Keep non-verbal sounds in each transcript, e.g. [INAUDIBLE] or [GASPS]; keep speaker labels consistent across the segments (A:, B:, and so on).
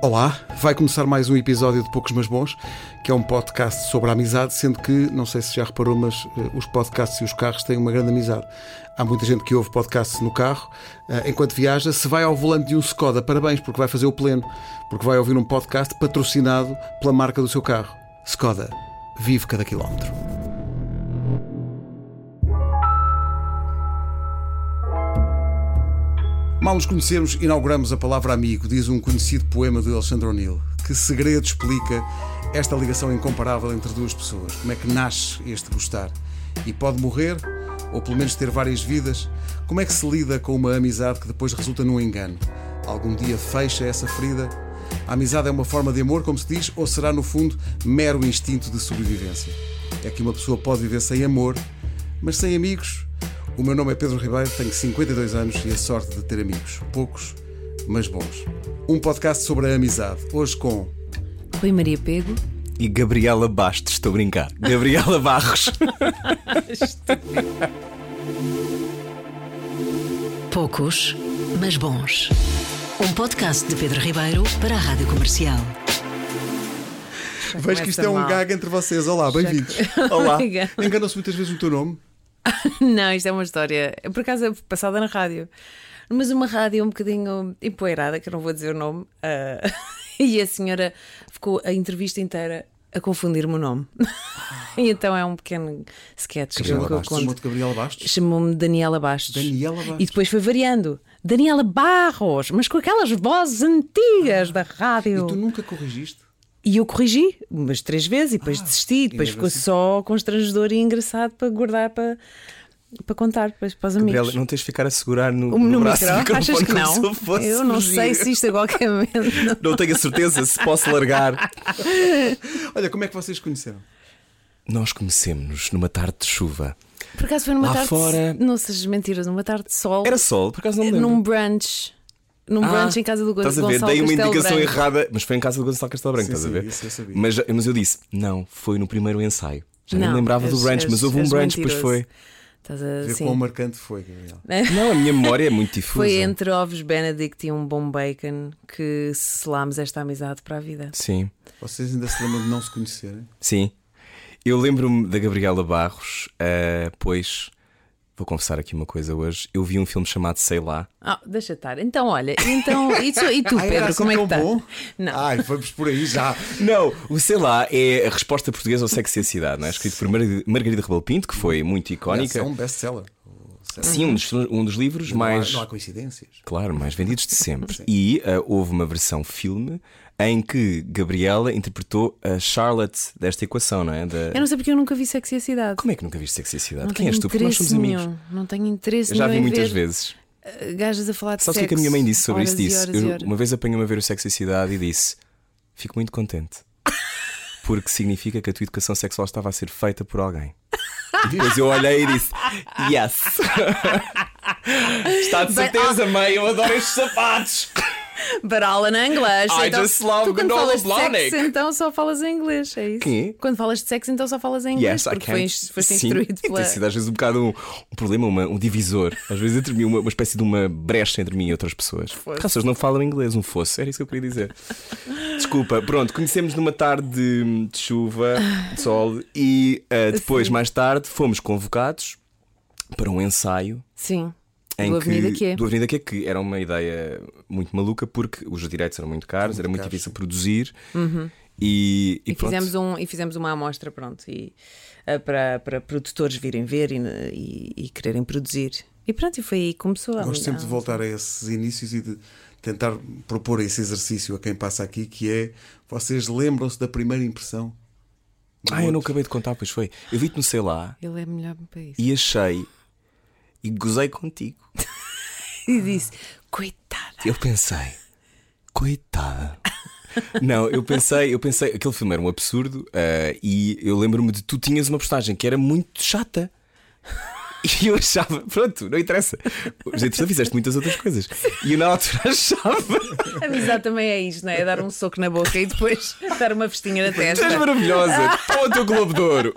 A: Olá, vai começar mais um episódio de Poucos Mas Bons, que é um podcast sobre a amizade, sendo que, não sei se já reparou, mas eh, os podcasts e os carros têm uma grande amizade. Há muita gente que ouve podcasts no carro, eh, enquanto viaja, se vai ao volante de um Skoda, parabéns, porque vai fazer o pleno, porque vai ouvir um podcast patrocinado pela marca do seu carro. Skoda, vive cada quilómetro. Mal nos conhecemos, inauguramos a palavra amigo, diz um conhecido poema de Alexandre O'Neill. Que segredo explica esta ligação incomparável entre duas pessoas? Como é que nasce este gostar? E pode morrer, ou pelo menos ter várias vidas? Como é que se lida com uma amizade que depois resulta num engano? Algum dia fecha essa ferida? A amizade é uma forma de amor, como se diz, ou será, no fundo, mero instinto de sobrevivência? É que uma pessoa pode viver sem amor, mas sem amigos o meu nome é Pedro Ribeiro, tenho 52 anos e a sorte de ter amigos. Poucos, mas bons. Um podcast sobre a amizade. Hoje com.
B: Rui Maria Pego.
C: E Gabriela Bastos, estou a brincar. Gabriela
B: [LAUGHS]
C: Barros.
D: Poucos, mas bons. Um podcast de Pedro Ribeiro para a Rádio Comercial.
A: Vejo que isto é um
B: mal.
A: gag entre vocês. Olá, bem-vindos.
B: [LAUGHS]
C: Olá.
B: Obrigada.
A: Enganou-se muitas vezes no teu nome.
B: Não, isto é uma história. Por acaso é passada na rádio. Mas uma rádio um bocadinho empoeirada, que eu não vou dizer o nome. ah, [LAUGHS] e a senhora ficou a entrevista inteira a confundir-me o nome. [LAUGHS] e então é um pequeno sketch que eu, que eu
A: Chamou-te
B: conto.
A: Gabriela Bastos.
B: Chamou-me Daniela Bastos.
A: Daniela Bastos.
B: E depois foi variando. Daniela Barros, mas com aquelas vozes antigas da
A: E
B: rádio.
A: tu nunca corrigiste?
B: E eu corrigi umas três vezes e
C: Ah,
B: depois desisti, e depois
A: mesmo
B: ficou
A: assim?
B: só constrangedor e engraçado para guardar para, para contar para, para os amigos.
C: Gabriela, não tens de ficar a segurar no,
B: O- no
C: braço do
B: micro,
C: microfone
B: achas que
C: como
B: não?
C: se eu fosse
B: eu não
C: fugir.
B: sei se isto a qualquer momento.
C: [LAUGHS] Não tenho a certeza se posso largar.
A: Olha, como é que vocês conheceram?
C: Nós conhecemos-nos numa tarde de chuva.
B: Por acaso foi numa
C: Lá
B: tarde.
C: fora-
B: Não sejas mentiras, numa tarde de sol.
C: Era sol, por acaso não me lembro.
B: num brunch. Num
C: Ah,
B: brunch em casa do Gonçalo
C: Estás a ver? Dei uma
B: Castelo
C: indicação
B: Branco.
C: errada, mas foi em casa do Gonçalo Castelo Branco,
A: Sim,
C: estás a
A: sim,
C: ver?
A: isso eu sabia.
C: Mas, mas eu disse, não, foi no primeiro ensaio. Já
B: Não,
C: nem lembrava
B: és-
C: do brunch,
B: és-
C: mas houve um
B: és
C: brunch, depois
B: mentiroso.
C: foi.
B: Estás a-
A: Ver
B: sim. [LAUGHS]
A: quão marcante foi, Gabriela.
C: Não, a minha memória é muito difusa.
B: Foi entre ovos Benedict e um bom bacon que selámos esta amizade para a vida.
C: Sim.
A: Vocês ainda se lembram de não se conhecerem?
C: Sim. Eu lembro-me da Gabriela Barros, eh, pois vou confessar aqui uma coisa hoje. Eu vi um filme chamado Sei Lá.
B: Ah, deixa estar. Então, olha, então, e tu, e
C: [LAUGHS]
B: tu,
A: Ah, era
B: Pedro,
A: assim
B: como é que
A: tão
B: está?
A: bom?
B: Não.
A: Ai, vamos por aí já.
C: Não, o Sei Lá é a resposta portuguesa ao sexo e a cidade, não é? Escrito por Margarida Margarida Rebelo Pinto, que foi muito
A: Aliás, É
C: icónica.
A: um best-seller. O- sei lá,
C: Sim, um dos, um dos livros
A: não há-
C: mais.
A: Não há coincidências.
C: Claro, mais vendidos de sempre. E ah, houve uma versão filme em que Gabriela interpretou a Charlotte desta equação, não é? Da-
B: Eu não sei porque eu nunca vi sexy a cidade.
C: Como é que nunca viste sexo e a cidade?
B: Não
C: Quem
B: tenho
C: és tu? Porque nós
B: interesse
C: somos amigos.
B: nenhum. Não tenho interesse
C: Eu já vi
B: nenhum em
C: muitas
B: ver,
C: vezes.
B: eh, Gajas a falar de
C: Sabes o
B: sexo.
C: que é que a minha mãe disse sobre
B: horas
C: isto?
B: e
C: Disse,
B: horas e
C: eu-
B: horas.
C: uma vez apanhei-me a ver o Sexo e a Cidade e disse: Fico muito
B: [LAUGHS]
C: contente. Porque significa que a tua educação sexual estava a ser feita por alguém. E depois eu olhei e disse: Yes! [LAUGHS] Está de
B: ah.
C: certeza, mãe, eu adoro estes sapatos!
B: But all in English.
C: [LAUGHS] I
B: então,
C: just love
B: tu quando
C: granola
B: falas de
C: Blahnik.
B: sexo, então só falas em inglês. É isso?
C: Quê?
B: Quando falas de sexo, então só falas em inglês.
C: Yes, I
B: porque foi
C: can.
B: ins- foste
C: Sim, [LAUGHS]
B: instruído
C: e
B: pela.
C: tem sido às vezes um bocado um, um problema, uma- um divisor. Às vezes entre mim, uma, uma espécie de uma brecha entre mim e outras pessoas. Porque as pessoas não falam inglês, um fosso. Era isso que eu queria dizer. Desculpa, pronto, conhecemos numa tarde de, de chuva, de sol, e ah, depois, mais tarde, fomos convocados para um ensaio.
B: Sim.
C: Em
B: do
C: que,
B: Avenida Q.
C: Do Avenida Q, que era uma ideia muito maluca porque os direitos eram muito caros, era muito
A: caros,
C: difícil produzir. E, e
B: Uhum. E
C: pronto.
B: fizemos, um, e fizemos uma amostra, pronto, e, eh, para, para produtores virem ver e, e, e quererem produzir. E pronto, e foi aí que começou a
A: Gosto sempre de
B: amizade.
A: voltar a esses inícios e de tentar propor esse exercício a quem passa aqui, que é vocês lembram-se da primeira impressão?
C: Ah, eu não acabei de contar, pois foi. Eu vi-te no sei lá.
B: Ele é melhor para isso.
C: e achei e gozei contigo.
B: E disse: Coitada. [LAUGHS]
C: Eu pensei, coitada. Não, eu pensei, eu pensei, aquele filme era um absurdo eh, e eu lembro-me de tu tinhas uma postagem que era muito chata. E eu achava, pronto, não interessa. Tu fizeste muitas outras coisas. E eu na altura achava,
B: Amizade também é isto, não é? É dar um soco na boca e depois [LAUGHS] dar uma festinha na
C: tu és
B: testa.
C: [LAUGHS] maravilhosa, toma o teu globo de ouro.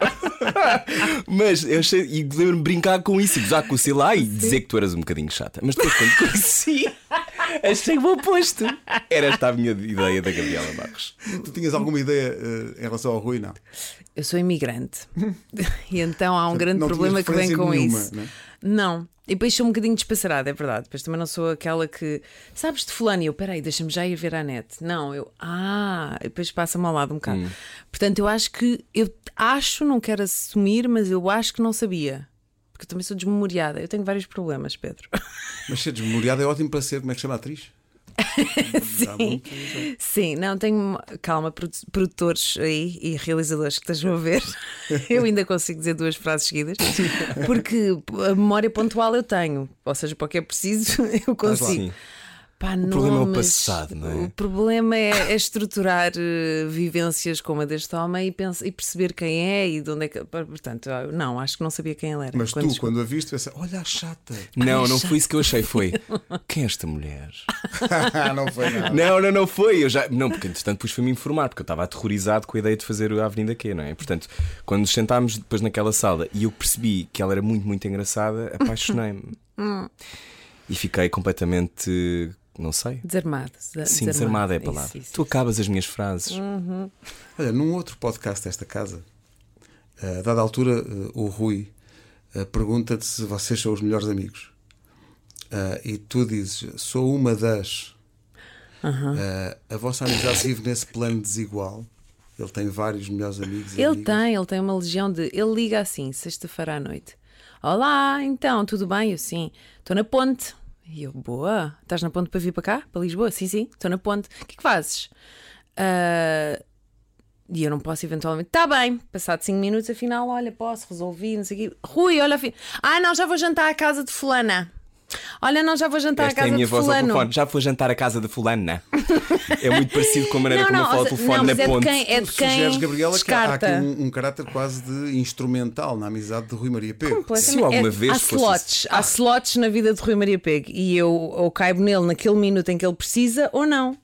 C: Mas eu achei, e [LAUGHS] lembro-me de brincar com isso e gozar com o sei lá e dizer que tu eras um bocadinho chata. Mas depois quando conheci, Achei bom posto. Era esta a minha ideia da Gabriela Barros.
A: Tu tinhas alguma ideia eh, em relação ao Rui, não?
B: Eu
A: [LAUGHS]
B: sou imigrante. e então há um grande
A: não tinhas
B: problema que vem
A: referência
B: com
A: nenhuma,
B: isso.
A: né?
B: Não. E depois sou um bocadinho despassarada, é verdade. Depois também não sou aquela que. Sabes de fulano? E eu, peraí, deixa-me já ir ver à net. Não, eu. Ah! E depois passa-me ao lado um bocado.
A: Hum.
B: Portanto, eu acho que. Eu acho, não quero assumir, mas eu acho que não sabia. Porque eu também sou desmemoriada. Eu tenho vários problemas, Pedro. [LAUGHS]
A: Mas ser desmemoriado é ótimo para ser, como é que chama a atriz? Dá muito.
B: Sim, não, tenho. Calma, produ- produtores aí e realizadores que estejam a
C: [LAUGHS]
B: ver. Eu ainda consigo dizer duas frases seguidas, porque a memória pontual eu tenho, ou seja, para o que é preciso [LAUGHS] eu consigo.
C: Sim.
B: Pá,
C: problema é o
B: mas
C: passado, não é?
B: O problema é, é estruturar eh, vivências como a deste homem e, pensa- e perceber quem é e de onde é que. Portanto, eu- não, acho que não sabia quem ele era.
A: Mas
B: Quando
A: tu, quando a viste, pensa, olha a chata. [LAUGHS]
C: Não, não foi isso que eu achei. Foi quem é esta mulher?
A: não foi nada.
C: Não, não, não foi. Eu já... Não, porque entretanto depois fui-me informar, porque eu estava aterrorizado com a ideia de fazer a Avenida Q, não é? Portanto, quando nos sentámos depois naquela sala e eu percebi que ela era muito, muito engraçada, apaixonei-me. e fiquei completamente. Não sei.
B: Desarmado. desa-
C: Sim, desarmada é a
B: Isso,
C: palavra.
B: isso, Hum.
C: Tu
B: isso.
C: acabas as minhas frases.
A: Olha, num outro podcast desta casa, a dada altura, eh, o Rui eh, pergunta-te se vocês são os melhores amigos. Ah, e tu dizes, sou uma das. Ah, a vossa amizade vive nesse plano desigual. Ele tem vários melhores amigos. e
B: Ele
C: Uhum.
A: amigas.
B: tem, ele tem uma legião de. Ele liga assim, sexta-feira à noite. Olá, então, tudo bem? Eu sim, estou na ponte. E eu, boa, estás na ponte para vir para cá, para Lisboa? Sim, sim, estou na ponte. O que é que fazes? "Ah, e eu não posso eventualmente. Está bem, passado 5 minutos, afinal, olha, posso, resolvi, não sei o quê. Rui, olha, afi- ah, não, já vou jantar à casa de Fulana. Olha, não, já vou jantar à
C: Esta é
B: casa
C: a minha
B: de
C: voz ao
B: Fulano.
C: telefone. Já foi jantar à casa da fulana. é muito parecido com a maneira como eu falo ao
B: ou seja-
C: telefone
B: não, mas
C: na
B: é
C: ponte.
B: De quem, é de quem
A: Sugeres, Gabriela,
B: descarta.
A: que há aqui um, um caráter quase de instrumental na amizade de Rui Maria Pego.
C: Se eu alguma vez
B: é, há
C: fosse- Ah.
B: slots, há slots na vida de Rui Maria Pego e eu ou caibo nele naquele minuto em que ele precisa ou não.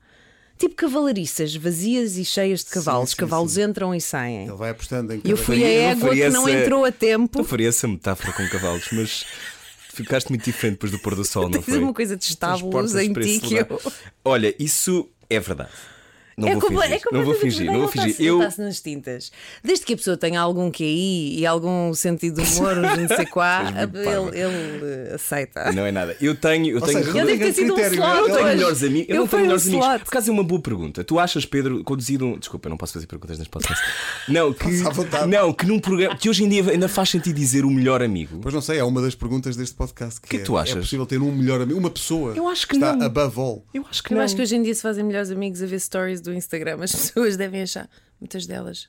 B: Tipo cavalariças vazias e cheias de cavalos.
A: sim,
B: cavalos entram e saem.
A: Ele vai apostando em
B: E eu
A: cada-
B: fui a
C: Eu
B: égua que
C: faria
B: não
C: essa-
B: entrou a tempo.
C: Eu faria essa metáfora com cavalos, mas ficaste muito diferente depois do pôr do sol, não
B: [LAUGHS] Tens
C: foi?
B: uma coisa de estábulos
C: Transportas
B: em
C: para
B: ti
C: esse
B: que
C: lugar.
B: eu.
C: [LAUGHS] Olha, isso é verdade. Não
B: é
C: vou
B: comple-
C: fingir.
B: é
C: não vou
B: completamente
C: fingir, não vou
B: verdade,
C: fingir.
B: ele
C: Eu,
B: está-se- ele está-se nas tintas. Desde que a pessoa tenha algum QI e algum sentido de humor, não
C: [LAUGHS]
B: sei quá,
C: És muito parva.
B: ele, ele, eh, aceita.
C: não é nada. Eu tenho, eu tenho
A: seja,
B: Eu
A: Não
B: devo
A: tem
B: ter sido um
A: critério,
B: slot.
A: não é?
C: Eu não tenho
B: hoje.
C: melhores amigos. Eu, não
B: fui
C: tenho melhores
B: um
C: amigos.
B: slot.
C: Por acaso é uma boa pergunta. Tu achas, Pedro, conduzido um. Desculpa, eu não posso fazer perguntas nas podcasts. Não, que.
A: Faça à vontade.
C: Não, que num programa. Que hoje em dia ainda faz sentido dizer o melhor amigo.
A: Pois não sei, é uma das perguntas deste podcast. Que,
C: Que
A: é,
C: tu achas?
A: É possível ter um melhor amigo, uma pessoa
C: Eu acho que
A: está
C: não.
A: above all.
C: Eu acho que
B: Eu
C: não.
B: acho que hoje em dia se fazem melhores amigos a ver stories do Instagram. As [LAUGHS] pessoas devem achar, muitas delas.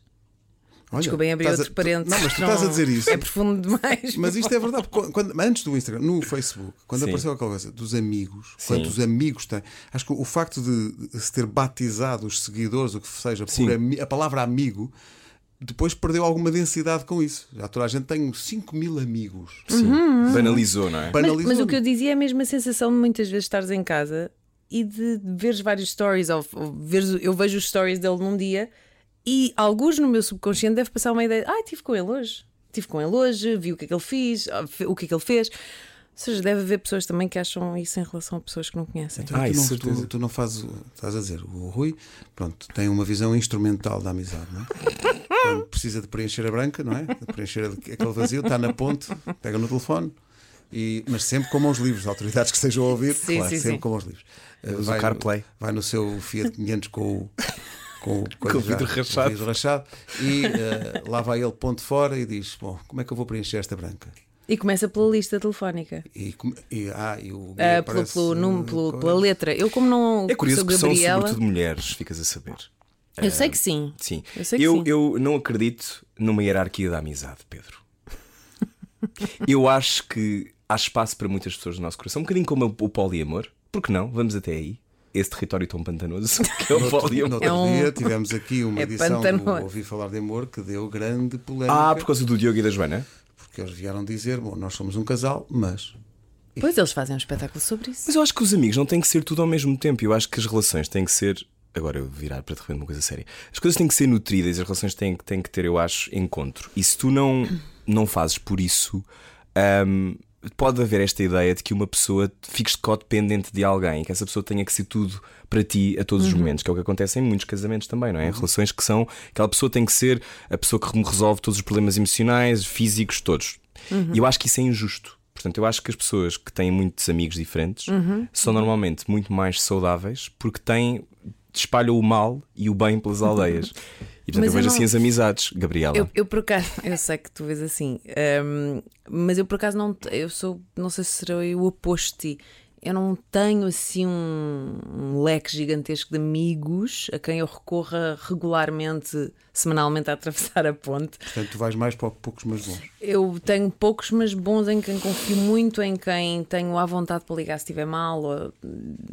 A: Olha,
B: Desculpem abrir
A: estás a-
B: outro parênteses.
A: Não, mas tu estás a dizer isso.
B: É profundo demais.
A: Mas isto é verdade, porque quando- antes do Instagram, no Facebook, quando
C: Sim.
A: apareceu aquela coisa dos amigos,
C: Sim.
A: quantos amigos têm, acho que o facto de de se ter batizado os seguidores, o que seja, por
C: Sim.
A: ami- a palavra amigo, depois perdeu alguma densidade com isso. Já toda a gente tem 5 mil amigos.
C: Sim.
B: Uhum.
C: Banalizou, não é?
B: Mas,
A: Banalizou.
B: mas o que eu dizia é mesmo a sensação de muitas vezes estares em casa e de veres vários stories, ou, ou veres, eu vejo os stories dele num dia e alguns no meu subconsciente deve passar uma ideia: ah, estive com ele hoje, estive com ele hoje, vi o que é que ele fez, o que é que ele fez. Ou seja, deve haver pessoas também que acham isso em relação a pessoas que não conhecem.
A: Então,
C: Ah,
A: tu,
C: isso,
A: não,
C: certeza.
A: tu, tu não fazes. o- Estás a dizer, o Rui, pronto, tem uma visão instrumental da amizade, não é? Quando precisa de preencher a branca, não é? De preencher a- aquele vazio, está na ponte, pega no telefone. E, mas sempre com mãos livres, autoridades que estejam a ouvir,
B: Sim,
A: claro,
B: sim,
A: sempre
B: sim.
A: com mãos livres. Uh,
C: Usa o
A: no-
C: CarPlay.
A: vai no seu Fiat 500 com o. Com, o-
C: o vidro rachado.
A: vidro rachado e uh, lá vai ele ponto fora e diz: Bom, como é que eu vou preencher esta branca?
B: E começa pela lista telefónica.
A: E, como- e, ah, e o
B: Ah, pelo,
A: aparece,
B: pelo número,
A: uh,
B: pelo-
A: com-
B: pela letra. Eu, como não
C: É curioso
B: sou
C: que são
B: Gabriela,
C: sobretudo mulheres, ficas a saber.
B: eu sei que sim.
C: Sim.
B: Eu sei que sim.
C: eu não acredito numa hierarquia da amizade, Pedro. [LAUGHS] eu acho que há espaço para muitas pessoas no nosso coração, um bocadinho como o poliamor. Porque não? Vamos até aí. Esse território tão pantanoso [LAUGHS] que é o
A: No outro, no
C: poliamor.
A: outro
B: É um-
A: dia tivemos aqui uma
B: É
A: edição
B: pantanoso.
A: do Ouvi Falar de Amor que deu grande polémica.
C: Ah, por causa do Diogo e da Joana?
A: Porque eles vieram dizer: Bom, nós somos um casal, mas.
B: Pois eles fazem um espetáculo sobre isso.
C: Mas eu acho que os amigos não têm que ser tudo ao mesmo tempo. Eu acho que as relações têm que ser. Agora eu virar para de repente uma coisa séria. As coisas têm que ser nutridas, as relações têm, que- têm que ter, eu acho, encontro. E se tu não, não fazes por isso, hum, pode haver esta ideia de que uma pessoa fique codependente de alguém, que essa pessoa tenha que ser tudo para ti a
B: Uhum.
C: todos os momentos, que é o que acontece em muitos casamentos também, não é? Em relações que são, aquela pessoa tem que ser a pessoa que me resolve todos os problemas emocionais, físicos, todos.
B: Uhum.
C: E eu acho que isso é injusto. Portanto, eu acho que as pessoas que têm muitos amigos diferentes
B: Uhum.
C: são normalmente muito mais saudáveis porque têm. Espalham o mal e o
B: [LAUGHS]
C: bem pelas aldeias. E portanto,
B: Mas
C: eu
B: eu
C: vejo
B: não-
C: assim as amizades, Gabriela.
B: Eu, eu por acaso, [LAUGHS] eu sei que tu vês assim, hum, mas eu por acaso não, te- eu sou, não sei se serei o oposto de ti. Eu não tenho assim um, um leque gigantesco de amigos a quem eu recorra regularmente, semanalmente, a atravessar a ponte.
A: Portanto, tu vais mais para o poucos, mas bons.
B: Eu tenho poucos, mas bons em quem confio muito, em quem tenho à vontade para ligar se estiver mal. ou-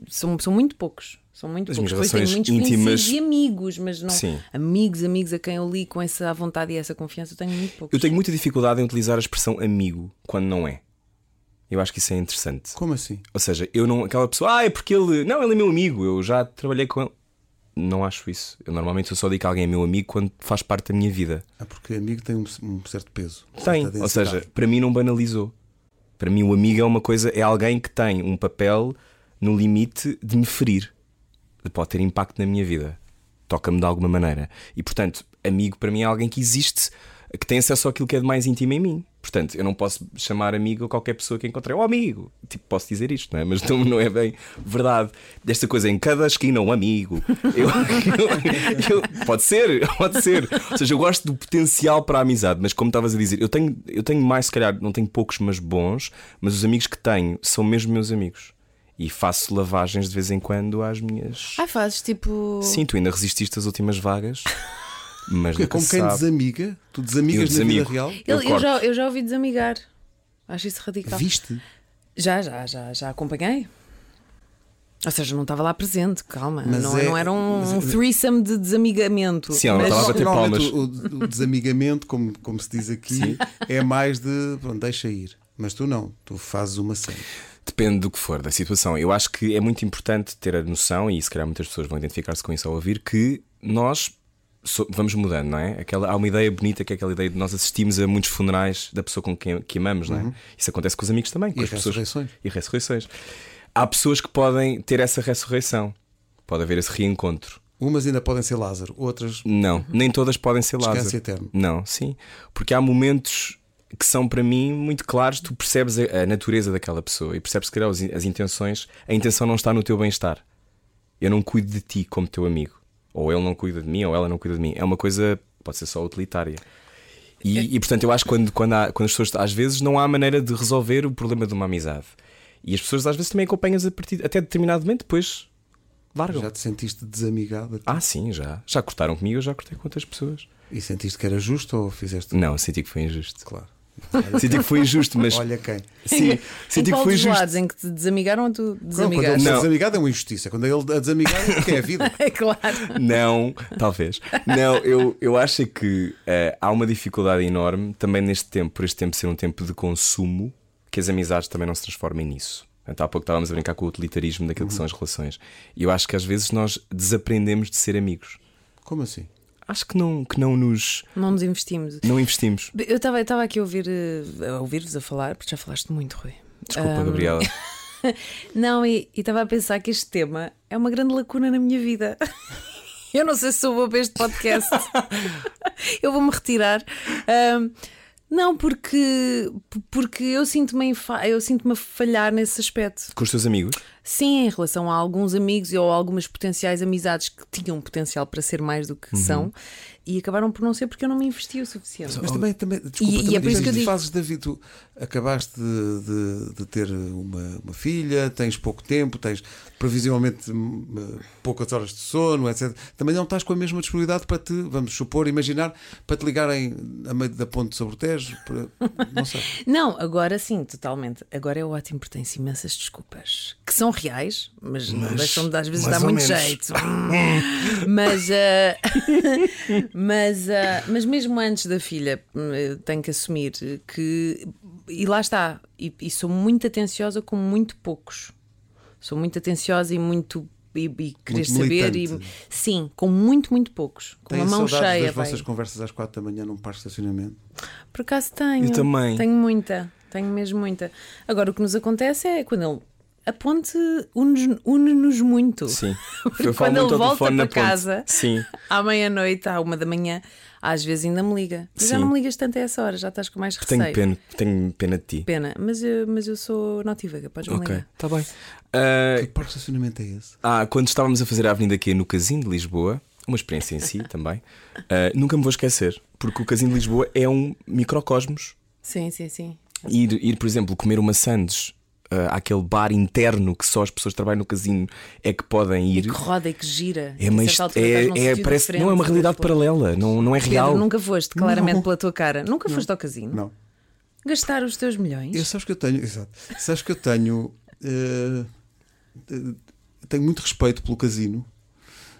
B: São, são muito poucos. São muito
C: As minhas
B: poucos. Depois tenho
C: relações
B: muitos conhecidos e
C: íntimas-
B: amigos, mas não.
C: Sim.
B: Amigos, amigos a quem eu li com essa vontade e essa confiança, eu tenho muito poucos.
C: Eu tenho muita dificuldade em utilizar a expressão amigo quando não é. Eu acho que isso é interessante.
A: Como assim?
C: Ou seja, eu não. Aquela pessoa, ah, é porque ele. Não, ele é meu amigo, eu já trabalhei com ele. Não acho isso. Eu normalmente eu só digo que alguém é meu amigo quando faz parte da minha vida.
A: Ah, porque amigo tem um, um certo peso. é
C: Tem.
A: certa
C: Ou
A: densidade.
C: seja, para mim não banalizou. Para mim, o amigo é uma coisa, é alguém que tem um papel no limite de me ferir. Pode ter impacto na minha vida. Toca-me de alguma maneira. E portanto, amigo para mim é alguém que existe, que tem acesso àquilo que é de mais íntimo em mim. Portanto, eu não posso chamar amigo a qualquer pessoa que encontrei. Oh, amigo! Tipo, posso dizer isto, não é? Mas [LAUGHS] não, não é bem verdade. Desta coisa, em cada esquina, um amigo. Eu- [LAUGHS] eu- eu- pode ser, pode ser. Ou seja, eu gosto do potencial para a amizade, mas como estavas a dizer, eu tenho, eu tenho mais, se calhar, não tenho poucos, mas bons, mas os amigos que tenho são mesmo meus amigos. E faço lavagens de vez em quando às minhas.
B: Ah, fazes tipo.
C: Sim, tu ainda resististe às últimas vagas,
A: [LAUGHS]
C: mas
A: É
C: nunca
A: como
C: se
A: quem
C: sabe.
A: desamiga, tu
C: Eu
A: desamigas na
C: desamigo.
A: vida real.
B: Eu,
C: Eu
B: eu
C: corto.
B: já, eu já ouvi desamigar. Acho isso radical.
A: Viste?
B: Já, já, já, já acompanhei. Ou seja, não estava lá presente, calma.
A: Mas
B: Não,
A: é-
B: não era um
A: mas é-
B: threesome de desamigamento.
C: Sim, ela não
B: Mas-
C: estava a bater
A: Normalmente
C: palmas.
A: O, o- o desamigamento, como, como se diz aqui, é mais de pronto, deixa ir. Mas tu não, tu fazes uma cena.
C: Depende do que for, da situação. Eu acho que é muito importante ter a noção, e se calhar muitas pessoas vão identificar-se com isso ao ouvir, que nós so- vamos mudando, não é? Aquela, há uma ideia bonita que é aquela ideia de nós assistimos a muitos funerais da pessoa com quem que amamos, não é? Isso acontece com os amigos também, com
A: Uhum. E
C: as pessoas.
A: ressurreições.
C: E ressurreições. Há pessoas que podem ter essa ressurreição, pode haver esse reencontro.
A: Umas ainda podem ser Lázaro, outras
C: Não, nem todas podem ser
A: Descanso
C: Lázaro.
A: eterno.
C: Não, sim. Porque há momentos que são para mim muito claros, tu percebes a a natureza daquela pessoa e percebes que calhar os in- as intenções, a intenção não está no teu bem-estar. Eu não cuido de ti como teu amigo. Ou ele não cuida de mim, ou ela não cuida de mim. É uma coisa, pode ser só utilitária. E, e, portanto, eu acho que quando, quando, há- quando as pessoas, às vezes, não há maneira de resolver o problema de uma amizade. E as pessoas, às vezes, também acompanham-as a partir, até determinado momento, depois largam.
A: já te sentiste desamigada
C: Ah, sim, já. Já cortaram comigo, eu já cortei com outras pessoas.
A: e sentiste que era justo ou fizeste. um
C: Não, senti que foi injusto.
A: Claro.
C: Senti que foi injusto, mas.
A: Olha quem.
C: sim,
B: Em
C: senti que
B: qual
C: foi
B: Um dos
C: injusto.
B: lados em que te desamigaram ou tu
A: Não, quando ele
B: desamigaste?
A: está
C: Não.
A: desamigado é uma injustiça. Quando ele a desamigar, é que é a [LAUGHS] vida.
B: É [LAUGHS] claro.
C: Não, talvez. Não, eu, eu acho é que eh, há uma dificuldade enorme também neste tempo, por este tempo ser um tempo de consumo, que as amizades também não se transformem nisso. Portanto, há pouco estávamos a brincar com o utilitarismo daquilo que são as relações. E eu acho que às vezes nós desaprendemos de ser amigos.
A: Como assim?
C: Acho que não, que não nos.
B: Não nos investimos.
C: Não investimos.
B: Eu estava eu estava aqui a ouvir, eh, a ouvir-vos a falar, porque já falaste muito, Rui. [LAUGHS]
C: Desculpa, Gabriela.
B: Não, e e estava a pensar que este tema é uma grande lacuna na minha vida. [LAUGHS] Eu não sei se sou boa para este podcast. [LAUGHS] eu vou-me retirar. Ahm, não, porque, porque eu sinto-me em fa- eu sinto-me a falhar nesse aspecto.
C: Com os teus amigos?
B: Sim, em relação a alguns amigos ou algumas potenciais amizades que tinham potencial para ser mais do que são e acabaram por não ser porque eu não me investi o suficiente.
A: Então, Mas também, também, desculpa,
B: E- e
A: também
B: é por isso
A: depende
B: que eu
A: de
B: digo-
A: fases da vida. Tu acabaste de, de- de ter uma, uma filha, tens pouco tempo, tens previsivelmente hum, poucas horas de sono, etc. Também não estás com a mesma disponibilidade para te, vamos supor, imaginar, para te ligarem a meio da ponte sobre o Tejo. para- não sei.
B: Não, agora sim, totalmente. Agora é ótimo porque tem-se imensas desculpas que são reais, mas, não deixam de às vezes
C: mais
B: dar
C: ou
B: muito
C: menos.
B: jeito. Hum. mas, ah, [LAUGHS] mas, ah, mas mesmo antes da filha, hum, eu tenho que assumir que. E lá está. E, e sou muito atenciosa com muito poucos. Sou muito atenciosa e muito. E, e querer
A: Muito
B: saber, e,
A: militante.
B: sim, com muito, muito poucos, com
A: Tens
B: a mão
A: saudades
B: cheia.
A: das vossas
B: vai.
A: conversas às quatro da manhã num parque de estacionamento?
B: Por acaso tenho,
C: Eu também.
B: tenho muita. Tenho mesmo muita. Agora, o que nos acontece é quando ele. A ponte une-nos une-nos muito. [LAUGHS]
C: Sim.
B: Porque
C: Eu falo
B: quando
C: muito
B: ele
C: ao
B: volta
C: telefone na
B: para
C: ponte.
B: casa,
C: Sim.
B: [LAUGHS] à meia-noite, à uma da manhã, às vezes ainda me liga. Mas já
C: Sim.
B: não me ligas tanto a essa hora, já estás com mais receio.
C: Tenho pena, tenho pena de ti.
B: Pena, mas eu, mas eu sou notívaga, podes-me
C: Ok,
B: ligar.
C: está bem. Ah,
A: Que parque de estacionamento é esse?
C: Ah, quando estávamos a fazer a Avenida Q no Casino de Lisboa, uma experiência em si
B: [LAUGHS]
C: também, ah, nunca me vou esquecer, porque o Casino de Lisboa é um microcosmos.
B: Sim, sim, sim.
C: Ir, ir, por exemplo, comer uma sandes ah, àquele bar interno que só as pessoas que trabalham no casino é que podem
B: E
C: ir.
B: que roda e que gira.
C: É uma
B: E a certa altura
C: hist-
B: estás num
C: é, é,
B: sítio
C: parece,
B: diferente,
C: não é uma
B: depois
C: realidade
B: voltas.
C: paralela, não, não é
B: Pedro,
C: real.
B: nunca foste, claramente, pela tua cara. Nunca foste ao casino.
A: Não.
B: Gastar os teus milhões.
A: Eu sabes que eu tenho, exato. Sabes que eu tenho, eh, eh, tenho muito respeito pelo casino,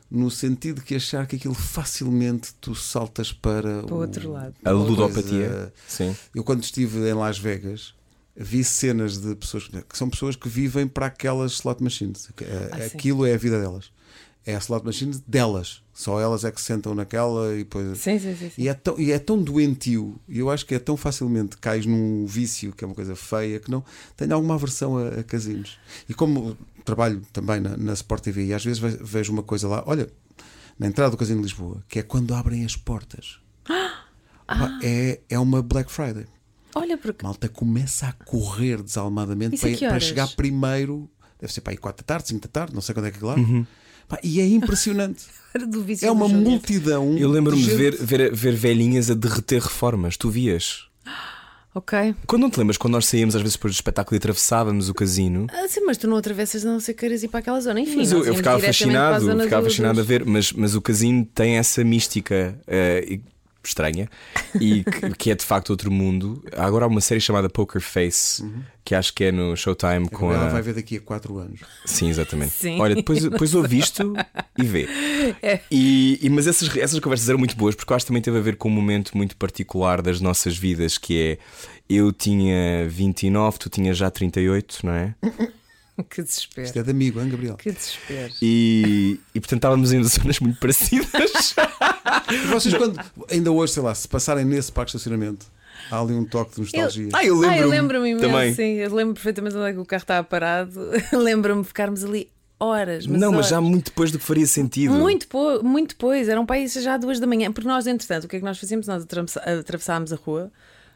A: no sentido que achar que aquilo facilmente tu saltas para, um
B: Para o outro lado.
C: A
A: uma
C: ludopatia.
B: é.
A: coisa-
C: Sim.
A: Eu quando estive em Las Vegas vi cenas de pessoas que são pessoas que vivem para aquelas slot machines. Que, eh,
B: Ah, sim.
A: Aquilo é a vida delas. É a slot machine delas. Só elas é que se sentam naquela e depois.
B: Sim, sim, sim. sim.
A: E é, tão, e é tão doentio, e eu acho que é tão facilmente cais num vício, que é uma coisa feia, que não tenho alguma aversão a, a casinos. E como trabalho também na, na Sport TV, e às vezes ve- vejo uma coisa lá, olha, na entrada do Casino de Lisboa, que é quando abrem as
B: [GASPS]
A: portas.
B: Ah!
A: Pá, É, é uma Black Friday.
B: Olha, porque.
A: A malta começa a correr desalmadamente
B: Isso a
A: para,
B: que
A: para
B: horas?
A: chegar primeiro, deve ser para aí 4 da tarde, 5 da tarde, não sei quando é que é lá.
C: Uhum.
A: Pá, E é impressionante.
B: Do vício
A: É
B: do
A: uma
B: jogo.
A: multidão.
C: Eu lembro-me de
A: gente
C: ver, ver, ver velhinhas a derreter reformas, tu vias.
B: Ok.
C: Quando não te lembras, quando nós saímos às vezes depois do espetáculo e atravessávamos o casino,
B: Ah, sim, mas tu não atravessas, a não sei queiras ir para aquela zona. Enfim,
C: Mas
B: nós
C: eu, eu
B: íamos
C: ficava
B: assim, diretamente para a
C: fascinado,
B: zona
C: ficava
B: do-
C: fascinado a
B: dos-
C: ver, mas, mas o casino tem essa mística eh, e- estranha
B: [LAUGHS]
C: e que, que é de facto outro mundo. Há Agora há uma série chamada Poker Face,
B: Uhum.
C: que acho que é no Showtime
A: A
C: com
A: Gabriela
C: a.
A: vai ver daqui a 4 anos.
C: Sim, exatamente.
B: Sim. É.
C: Olha,
B: [LAUGHS]
C: depois, depois ouvi isto e vê. E, e- mas essas, essas conversas eram muito boas porque eu acho que também teve a ver com um momento muito particular das nossas vidas que é eu tinha 29, tu tinhas já 38, não é?
B: [LAUGHS] Que desespero.
A: Isto é de amigo, hein, Gabriel?
B: Que desespero.
C: E, e portanto estávamos em zonas muito parecidas.
A: Vocês, quando, ainda hoje, sei lá, se passarem nesse parque de estacionamento, há ali um toque de nostalgia.
C: Ah, eu
B: Ah, eu
C: lembro-me
B: lembro-me imenso,
C: também.
B: sim. Eu lembro perfeitamente onde é que o carro estava parado. [LAUGHS] lembro-me de ficarmos ali horas. Mas
C: não,
B: horas.
C: mas já muito depois do que faria sentido.
B: Muito, po muito depois, eram para isso já às duas da manhã. Porque nós, entretanto, o que é que nós fazíamos? Nós atravessa- atravessávamos a rua,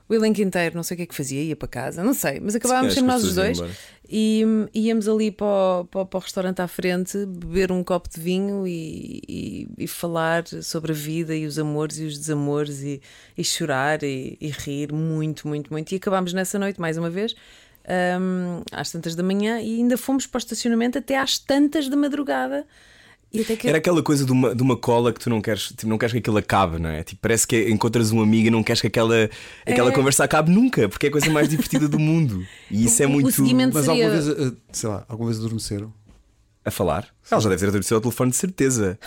B: o elenco inteiro, não sei o que é que fazia, ia para casa, não sei, mas acabávamos
C: Se calhar
B: sempre
C: as
B: nós os
C: pessoas
B: dois
C: iam
B: e hum, íamos ali para o, para, o- para o restaurante à frente beber um copo de vinho e, e, e falar sobre a vida e os amores e os desamores e, e chorar e, e rir muito, muito, muito. E acabámos nessa noite mais uma vez. hum, às tantas da manhã e ainda fomos para o estacionamento até às tantas da madrugada e até que
C: Era aquela coisa de uma, de uma cola que tu não queres, tipo, não queres que aquilo acabe, não é? Tipo, parece que encontras um amigo e não queres que aquela,
B: É.
C: aquela conversa acabe nunca, porque é a coisa mais divertida do mundo. E isso é
B: O- o
C: muito.
B: seguimento-
A: Mas alguma vez,
B: Seria-
A: eh, sei lá, alguma vez adormeceram?
C: A falar. Ela já deve ter adormecido ao telefone, de certeza.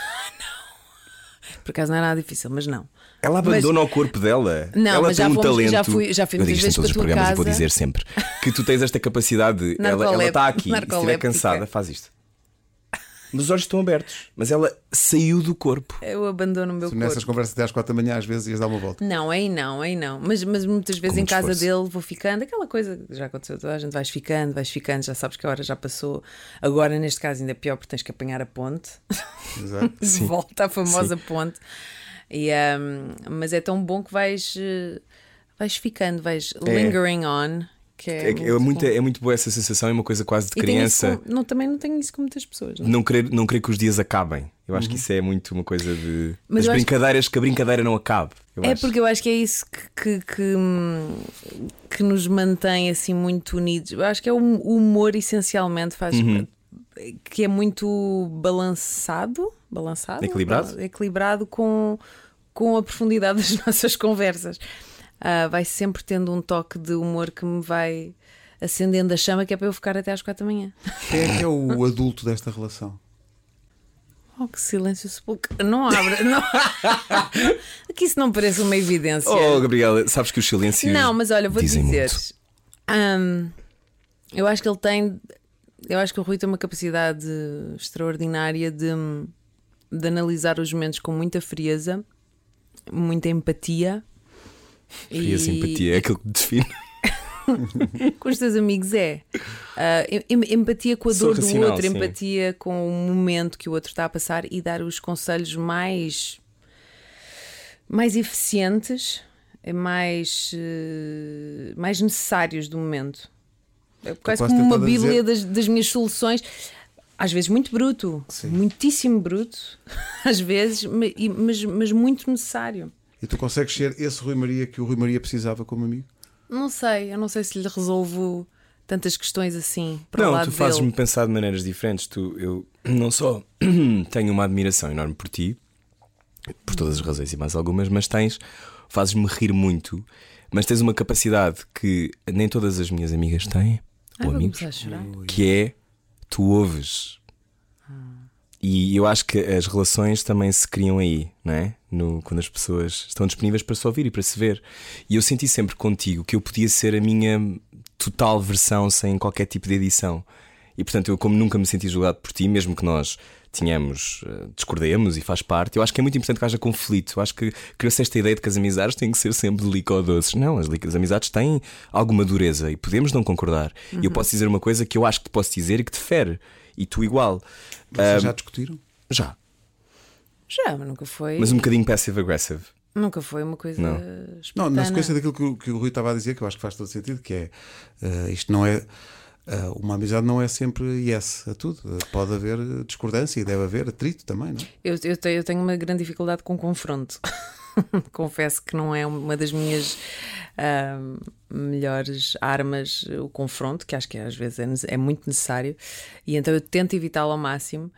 B: Por acaso não era nada difícil, mas não.
C: Ela
B: Mas-
C: abandona o corpo dela.
B: Não,
C: ela
B: mas
C: tem
B: já
C: um
B: fomos-
C: talento.
B: já fui- já fui
C: eu
B: muitas
C: digo isto em
B: vezes
C: todos os
B: para tua
C: programas e vou
B: casa.
C: dizer sempre que tu tens esta capacidade. ela- ela
B: Narcoléptica.
C: está aqui e se estiver
B: Narcoléptica.
C: cansada, faz isto. Mas os olhos estão abertos. Mas ela saiu do corpo.
B: Eu abandono o meu
A: Tu
B: corpo.
A: nessas conversas até às 4 da manhã, às vezes ias dar uma
B: [LAUGHS]
A: volta.
B: Não, aí não, aí não. Mas, mas muitas vezes
C: Com
B: em
C: muito
B: casa
C: esforço.
B: dele vou ficando, aquela coisa que já aconteceu a toda a gente, vais ficando, vais ficando, já sabes que a hora já passou. Agora, neste caso, ainda é pior porque tens que apanhar a ponte. [LAUGHS]
A: Exato.
B: de volta à famosa ponte. E, hum, mas é tão bom que vais, eh, vais ficando, vais lingering on. Que é,
C: É, que- é
B: muito
C: muito,
B: bom.
C: é muito boa essa sensação, é uma coisa quase de
B: E tenho isso
C: criança.
B: com- não, também não tenho isso com muitas pessoas. Não? é?
C: Não querer, não querer que os dias acabem. Eu acho que isso é muito uma coisa de.
B: Uhum. Mas
C: das
B: eu acho-
C: brincadeiras, que a brincadeira não acabe. eu
B: É
C: acho.
B: porque eu acho que é isso que, que, que, hum, que nos mantém assim muito unidos. Eu acho que é o o humor essencialmente faz que é muito balançado, balançado,
C: Equilibrado?
B: bal- equilibrado com, com a profundidade [LAUGHS] das nossas conversas. Ah, vai sempre tendo um toque de humor que me vai acendendo a chama que é para eu ficar até às quatro da manhã.
A: Quem é que é o adulto desta relação?
B: Oh, que silêncio sepulcral. Não abra, não. [LAUGHS] que isso não parece uma evidência.
C: Oh, Gabriela, sabes que os silêncios.
B: é- Não, mas olha, vou
C: dizem
B: dizer.
C: muito.
B: Hum, eu acho que ele tem. Eu acho que o Rui tem uma capacidade extraordinária de, de analisar os momentos com muita frieza, muita empatia. [LAUGHS]
C: E a simpatia é aquilo que define.
B: com os teus amigos é ah, em- em- empatia com a
C: Sou
B: dor do
C: racional,
B: outro,
C: sim.
B: empatia com o momento que o outro está a passar e dar os conselhos mais mais eficientes, mais eh, mais necessários do momento. É quase
A: posso
B: como uma
A: tentar dizer-
B: bíblia das, das minhas soluções. Às vezes muito bruto, muitíssimo bruto, [LAUGHS] às vezes, ma- e- mas, mas muito necessário.
A: E tu consegues ser esse Rui Maria que o Rui Maria precisava como amigo?
B: Não sei, eu não sei se lhe resolvo tantas questões assim para o
C: Não,
B: lado
C: tu fazes-me
B: dele.
C: pensar de maneiras diferentes. Tu, eu não só [CLEARS THROAT] tenho uma admiração enorme por ti, por todas as razões e mais algumas, mas tens, fazes-me rir muito, mas tens uma capacidade que nem todas as minhas amigas têm,
B: Ai,
C: ou
B: vou
C: amigos,
B: começar a chorar.
C: que é tu ouves. E eu acho que as relações também se criam aí, não é? No, quando as pessoas estão disponíveis para se ouvir e para se ver. E eu senti sempre contigo que eu podia ser a minha total versão sem qualquer tipo de edição. E portanto, eu, como nunca me senti julgado por ti, mesmo que nós tínhamos, eh, discordemos e faz parte, eu acho que é muito importante que haja conflito. Eu acho que criou-se esta ideia de que as amizades têm que ser sempre de licor doces. Não, as, li- as amizades têm alguma dureza e podemos não concordar. E eu posso dizer uma coisa que eu acho que te posso dizer e que te fere, e tu igual.
A: Vocês já discutiram?
C: Já.
B: Já, mas nunca foi,
C: Mas um bocadinho passive-aggressive.
B: nunca foi uma coisa
C: Não.
A: Não,
B: espontânea.
A: na sequência daquilo que, o- que o Rui estava a dizer, que eu acho que faz todo sentido, que é eh, isto não é. eh, uma amizade não é sempre yes a tudo. Eh, Pode haver eh, discordância e deve haver atrito também, não é?
B: Eu, eu te- eu tenho uma grande dificuldade com confronto. [LAUGHS] Confesso que não é uma das minhas ah, melhores armas o confronto, que acho que às vezes é, nece- é muito necessário, e então eu tento evitá-lo ao máximo.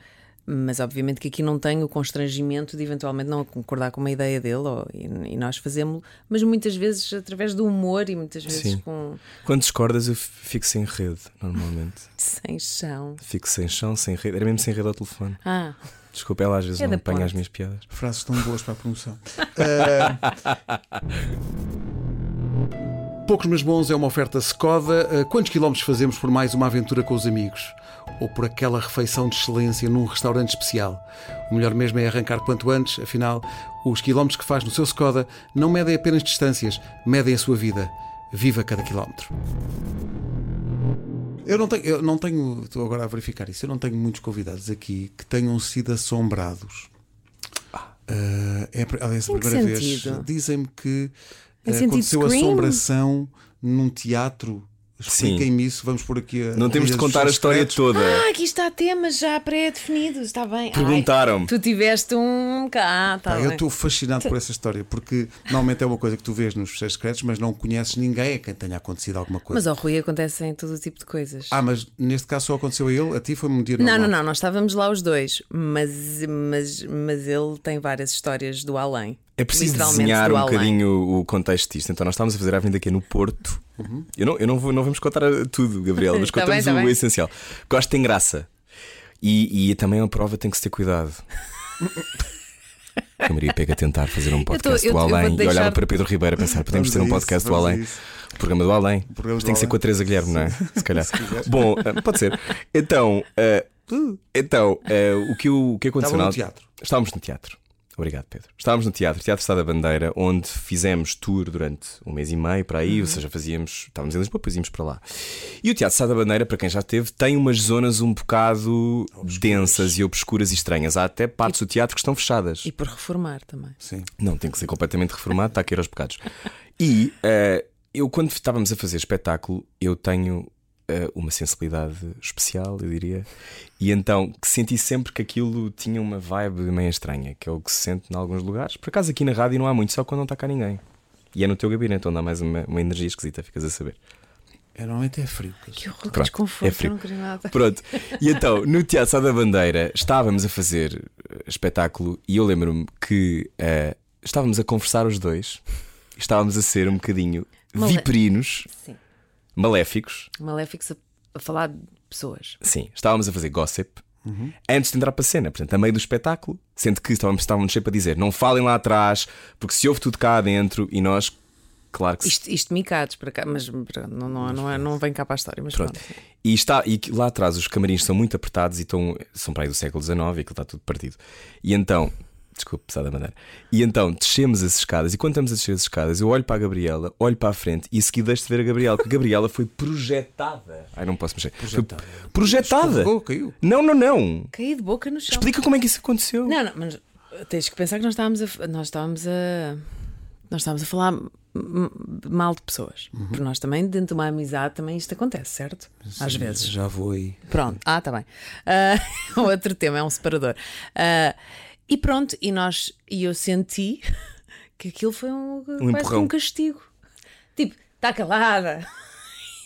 B: Mas obviamente que aqui não tenho o constrangimento de eventualmente não concordar com uma ideia dele ou- e, e nós fazemos, mas muitas vezes através do humor e muitas vezes
C: Sim.
B: com
C: Quando discordas, eu f- fico sem rede, normalmente.
B: sem chão.
C: Fico sem chão, sem rede. Era mesmo sem rede ao telefone.
B: Ah,
C: Desculpa, ela às vezes
B: É
C: não
B: da
C: apanha as
B: ponte.
C: minhas piadas.
A: Frases tão boas para a promoção. Eh, Poucos mas bons é uma oferta Skoda. Eh, Quantos quilómetros fazemos por mais uma aventura com os amigos? Ou por aquela refeição de excelência num restaurante especial? O melhor mesmo é arrancar quanto antes, afinal, os quilómetros que faz no seu Skoda não medem apenas distâncias, medem a sua vida. Viva cada quilómetro. Eu não tenho, eu não tenho, estou agora a verificar isso, eu não tenho muitos convidados aqui que tenham sido assombrados. Ah, é, a pri- aliás, a
B: Em que
A: primeira vez.
B: sentido?
A: Dizem-me que
B: Em
A: ah,
B: sentido
A: aconteceu
B: Scream?
A: assombração num teatro.
C: Sim.
A: Expliquem-me isso, vamos por aqui a.
C: Não temos de
A: trilha dos
C: contar a história
A: secretos.
C: toda.
B: Ah, aqui está temas já pré-definidos, está bem. Ai,
C: Perguntaram-me.
B: tu tiveste um. Ah, está
A: Pá,
B: bem.
A: eu estou fascinado por essa história, porque normalmente é uma coisa que tu vês nos fecheiros secretos, mas não conheces ninguém a quem tenha acontecido alguma coisa.
B: Mas ao Rui acontecem todo o tipo de coisas.
A: Ah, mas neste caso só aconteceu a ele, a ti foi-me um dia
B: não,
A: normal.
B: não, não, nós estávamos lá os dois, mas, mas, mas ele tem várias histórias do além.
C: É preciso
B: Literalmente
C: desenhar
B: do
C: um
B: além.
C: bocadinho o contexto disto. Então, nós estávamos a fazer a avenida aqui no Porto. Eu não, eu não, vou, não vamos contar tudo, Gabriel, mas
B: Uhum. [LAUGHS] Tá
C: contamos
B: bem, tá
C: o
B: bem.
C: essencial. Gosto tem graça. E, e também a prova tem que se
B: [LAUGHS]
C: ter cuidado. A Maria Pega tentar fazer um podcast
B: eu-
C: do
B: eu vou
C: além e
B: deixar-
C: olhava para Pedro Ribeiro a pensar: podemos
A: Vamos
C: ter
A: a
C: um
A: isso,
C: podcast do
A: vamos a
C: além.
A: isso.
C: O programa do além.
A: programa
C: Mas
A: do
C: tem que ser
A: além.
C: com a Teresa Guilherme, não é?
A: [LAUGHS]
C: Se calhar. Bom, eh, pode ser. Então, eh, então eh, o, que, o, o que aconteceu
A: Estava Uh. no
C: na-
A: teatro.
C: Estávamos no teatro. Obrigado, Pedro. Estávamos no teatro, Teatro Estado da Bandeira, onde fizemos tour durante um mês e meio para
A: Uhum.
C: aí, ou seja, fazíamos. Estávamos em Lisboa, depois íamos para lá. E o Teatro Estado da Bandeira, para quem já teve, tem umas zonas um bocado densas e obscuras e estranhas. Há até partes do teatro que estão fechadas.
B: E por reformar também.
A: Sim.
C: Não, tem que ser completamente reformado, está a cair aos pecados. E eh, eu, quando estávamos a fazer espetáculo, eu tenho eh, uma sensibilidade especial, eu diria. E então que senti sempre que aquilo tinha uma vibe meio estranha, que é o que se sente em alguns lugares. Por acaso aqui na rádio não há muito, só quando não está cá ninguém. E é no teu gabinete onde há mais uma, uma energia esquisita, ficas a saber.
A: É, Normalmente é frio. quer dizer.
B: Que horror, que
C: Pronto,
B: desconforto,
C: é frio.
B: eu não queria nada.
C: Pronto. E então, no Teatro Sá da Bandeira, estávamos a fazer eh, espetáculo e eu lembro-me que eh, estávamos a conversar os dois, estávamos a ser um bocadinho
B: Male-
C: viperinos,
B: Sim.
C: maléficos.
B: Maléficos a, a falar de pessoas.
C: Sim, estávamos a fazer gossip antes de entrar para a cena, portanto, a meio do espetáculo, sendo que estávamos, estávamos sempre a dizer não falem lá atrás, porque se ouve tudo cá dentro e nós, claro que
B: Isto, isto micados para cá, mas pronto, não, não, não, é- não vem cá para a história. Mas pronto.
C: Pronto. E, está, e que lá atrás os camarins são muito apertados e estão, são para aí do século XIX e aquilo está tudo partido. E então Desculpe, pesada maneira. E então descemos as escadas. E quando estamos a descer as escadas, eu olho para a Gabriela, olho para a frente e a seguir deixo de ver a Gabriela, porque a Gabriela foi projetada. Ai, não posso mexer. Foi
A: Projetada.
C: projetada.
A: Escorregou, caiu.
C: Não, não, não.
B: Caí de boca no chão.
C: Explica como é que isso aconteceu.
B: Não, não, mas eh, tens que pensar que nós estávamos a. Nós estávamos a, nós estávamos a falar m- m- mal de pessoas.
C: Uhum.
B: Porque nós também, dentro de uma amizade, também isto acontece, certo? Às vezes.
A: Já vou aí.
B: Pronto, ah, está bem. Ah, [LAUGHS] outro tema, é um separador. Ah, e pronto, e nós, e eu senti [LAUGHS] que aquilo foi um, quase que
C: empurrão.
B: um castigo. Tipo, está calada.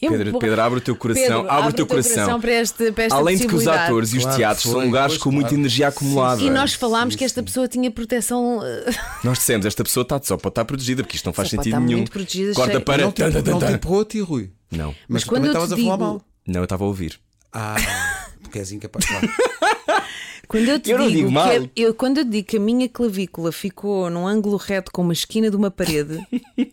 C: Pedro,
B: Empurra-
C: [LAUGHS] Pedro, abre o teu coração.
B: Pedro,
C: abre, o teu coração.
B: para este, para esta
C: Além de que os
B: possibilidade.
C: atores e os
A: Claro,
C: teatros
A: foi,
C: são lugares
A: pois,
C: com muita
A: claro.
C: energia
A: Sim, sim.
C: acumulada.
B: E nós falámos
A: Sim,
B: que esta pessoa tinha proteção. eh,
C: Nós dissemos, esta pessoa está, só pode estar protegida, porque isto não faz
B: Só pode
C: sentido
B: estar
C: nenhum.
B: muito protegida,
C: Corta
B: cheia-
C: para.
A: não te,
C: Tan, tan,
A: não
C: tan,
A: te
C: tan.
A: empurrou a ti, Rui.
C: Não,
A: Mas,
B: quando
A: também
B: eu te
A: estavas a falar
B: digo-
A: mal.
C: não, eu estava a ouvir.
A: Ah, porque és incapaz. Claro.
B: Quando eu te
C: Eu não
B: digo,
C: digo
B: que
C: mal.
B: a- eu, quando eu te digo que a minha clavícula ficou num ângulo reto com uma esquina de uma
C: [LAUGHS]
B: parede,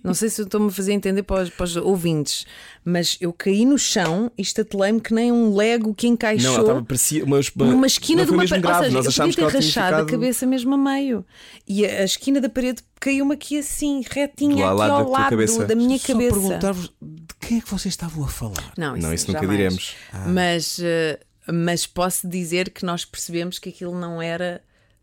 B: não sei se eu estou-me a fazer entender para os, para os ouvintes, mas eu caí no chão e estatelei-me que nem um lego que
C: Não, ela
B: encaixou.
C: estava parecia uma, uma,
B: Numa esquina
C: não
B: de
C: foi
B: uma
C: mesmo
B: parede,
C: grave.
B: ou
C: Nós
B: seja, eu
C: achámos que
B: podia
C: ela
B: ter
C: tinha
B: rachado
C: ficado
B: a cabeça mesmo a meio e a, a esquina da parede caiu-me aqui assim,
C: Do
B: retinha,
C: ao
B: aqui
C: lado da
B: ao
C: tua
B: lado
C: cabeça.
B: da [LAUGHS] minha
A: Só
B: cabeça.
A: perguntar-vos de quem é que vocês estavam a falar.
B: Não,
C: Não, isso nunca
B: jamais.
C: diremos.
A: Ah.
B: Mas, eh, mas posso dizer que nós percebemos que aquilo não era,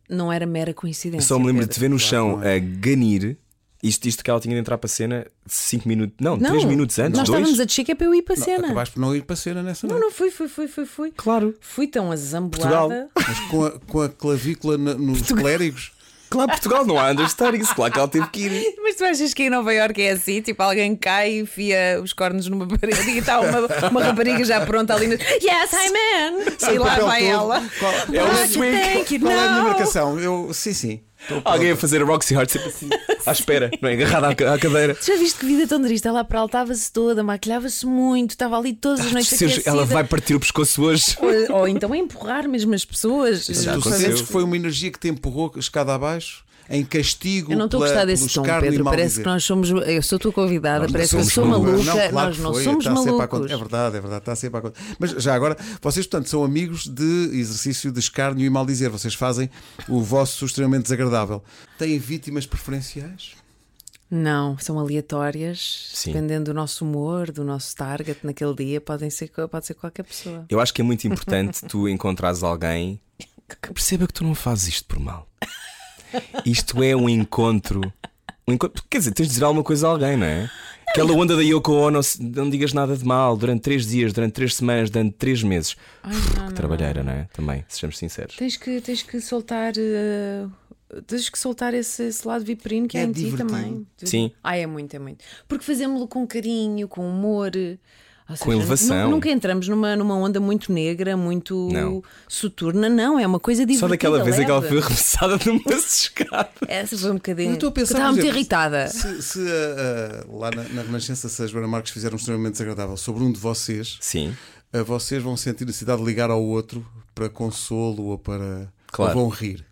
B: não era mera coincidência.
C: Só me lembro de
B: Pedro.
C: te ver no chão a ganir. Isto, isto que ela tinha de entrar para a cena 5 minutos. Não, 3 minutos antes,
B: Nós
C: 2.
B: estávamos a descer que é para eu ir para a cena.
A: Acabaste por não ir para a cena nessa
B: Não,
A: noite.
B: não fui, fui, fui, fui, fui.
C: Claro.
B: Fui tão
C: Portugal.
B: azambolada.
A: Mas com a, com a clavícula na- nos clérigos.
C: Claro, Portugal não há understories. Claro que ela teve que
B: [LAUGHS]
C: ir.
B: [LAUGHS] Mas tu achas que em Nova Iorque é assim? Tipo, alguém cai e enfia os cornos numa parede e está uma, uma rapariga já pronta ali. No... Yes, I'm in! E lá
A: Papel
B: vai
A: todo.
B: ela.
A: Qual,
C: É
B: Ah,
C: um
B: que
C: swing.
B: thank you,
A: qual é a minha
B: não.
A: marcação? Eu, sim, sim. Estou pronto.
C: Alguém a fazer a Roxy Heart sempre assim, à espera, não é? Agarrada à ca- à cadeira.
B: Tu já viste que vida tão triste? Ela apraltava-se toda, maquilhava-se muito, estava ali todas
A: Ah,
B: as noites
C: Percebes?
B: aquecida.
C: Ela vai partir o pescoço hoje.
B: ou, ou então é empurrar mesmo as pessoas.
C: Já
A: Tu
C: aconteceu.
A: sentes que foi uma energia que te empurrou escada abaixo em castigo
B: Eu não estou a
A: pela-
B: gostar desse
A: pelo
B: tom,
A: escárnio e
B: Pedro.
A: mau
B: Parece
A: dizer.
B: que nós somos. Eu sou tua convidada,
C: não
B: parece que eu
C: somos
B: sou
C: malucos.
B: maluca.
A: Não, claro
B: nós
A: que
B: não
A: foi,
B: somos
A: está sempre a acontecer.
B: malucos.
A: É verdade, é verdade, está sempre a acontecer. Mas já agora, vocês, portanto, são amigos de exercício de escárnio e maldizer. Vocês fazem o vosso extremamente desagradável. Têm vítimas preferenciais?
B: Não, são aleatórias,
C: Sim.
B: dependendo do nosso humor, do nosso target naquele dia, podem ser, co- pode ser qualquer pessoa.
C: Eu acho que é muito
B: [LAUGHS]
C: importante tu encontrares alguém que perceba que tu não fazes isto por mal. Isto é um encontro. Um encontro quer dizer, tens de dizer alguma coisa a alguém, não é? Aquela onda da Yoko Ono, se- não digas nada de mal durante três dias, durante três semanas, durante três meses. Uf, que trabalheira, não é? Também, sejamos sinceros.
B: Tens que, tens que soltar. eh, tens que soltar esse, esse lado viperino que
A: É
B: há em ti
A: divertido.
B: também.
C: Sim.
B: Ah, é muito, é muito. Porque fazemos-lo com carinho, com humor. eh, Ou seja,
C: elevação.
B: nu- Nunca entramos numa, numa onda muito negra, muito
C: Não.
B: soturna, não. É uma coisa divertida.
C: Só daquela vez é que ela
B: leve.
C: foi arremessada [LAUGHS] numa escada.
B: Essa foi um bocadinho.
A: Eu estou a pensar,
B: estava
A: por
B: muito
A: exemplo,
B: irritada.
A: Se, se, ah, ah, lá na, na Renascença, se a Joana Marques fizer um extremamente desagradável sobre um de vocês,
C: Sim.
A: ah, vocês vão sentir necessidade de ligar ao outro para consolo ou para.
C: Claro.
A: Ou vão rir.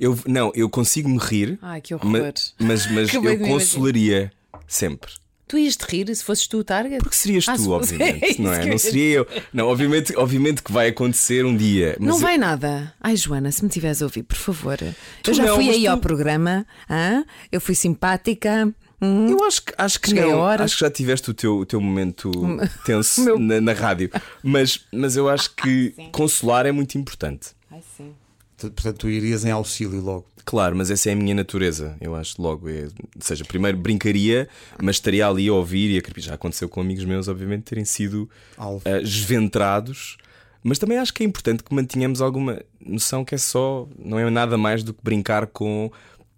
C: Eu, não, eu consigo me rir.
B: Ai, que
C: ma-
B: horror.
C: Mas,
B: [LAUGHS] Acabei
C: mas eu
B: de me imaginar.
C: consolaria sempre.
B: Tu ias te rir se fosses tu o target?
C: Porque serias
B: Ah, se
C: tu,
B: fosse- [LAUGHS] é
C: obviamente,
B: isso
C: não é?
B: que eu
C: Não
B: ia
C: seria eu. Não, obviamente, obviamente que vai acontecer um dia. Mas
B: Não
C: eu-
B: vai nada. Ai, Joana, se me tiveres a ouvir, por favor. eu já
C: não,
B: fui
C: mas
B: aí
C: tu-
B: ao programa, hã? eu fui simpática. Hum.
C: Eu acho que, acho que
B: Cheguei a
C: não.
B: horas.
C: Acho que já tiveste o teu, o teu momento
B: [LAUGHS]
C: tenso
B: Meu- Ah,
C: na, na rádio. Mas, mas eu acho que consolar é muito importante.
B: Ai, sim.
A: Tu- Portanto, tu irias em auxílio logo.
C: Claro, mas essa é a minha natureza. Eu acho logo. É, ou seja, primeiro brincaria, mas estaria ali a ouvir e a crepi- Já aconteceu com amigos meus, obviamente, terem sido
A: Alvo.
C: ah, esventrados. Mas também acho que é importante que mantenhamos alguma noção que é só. Não é nada mais do que brincar com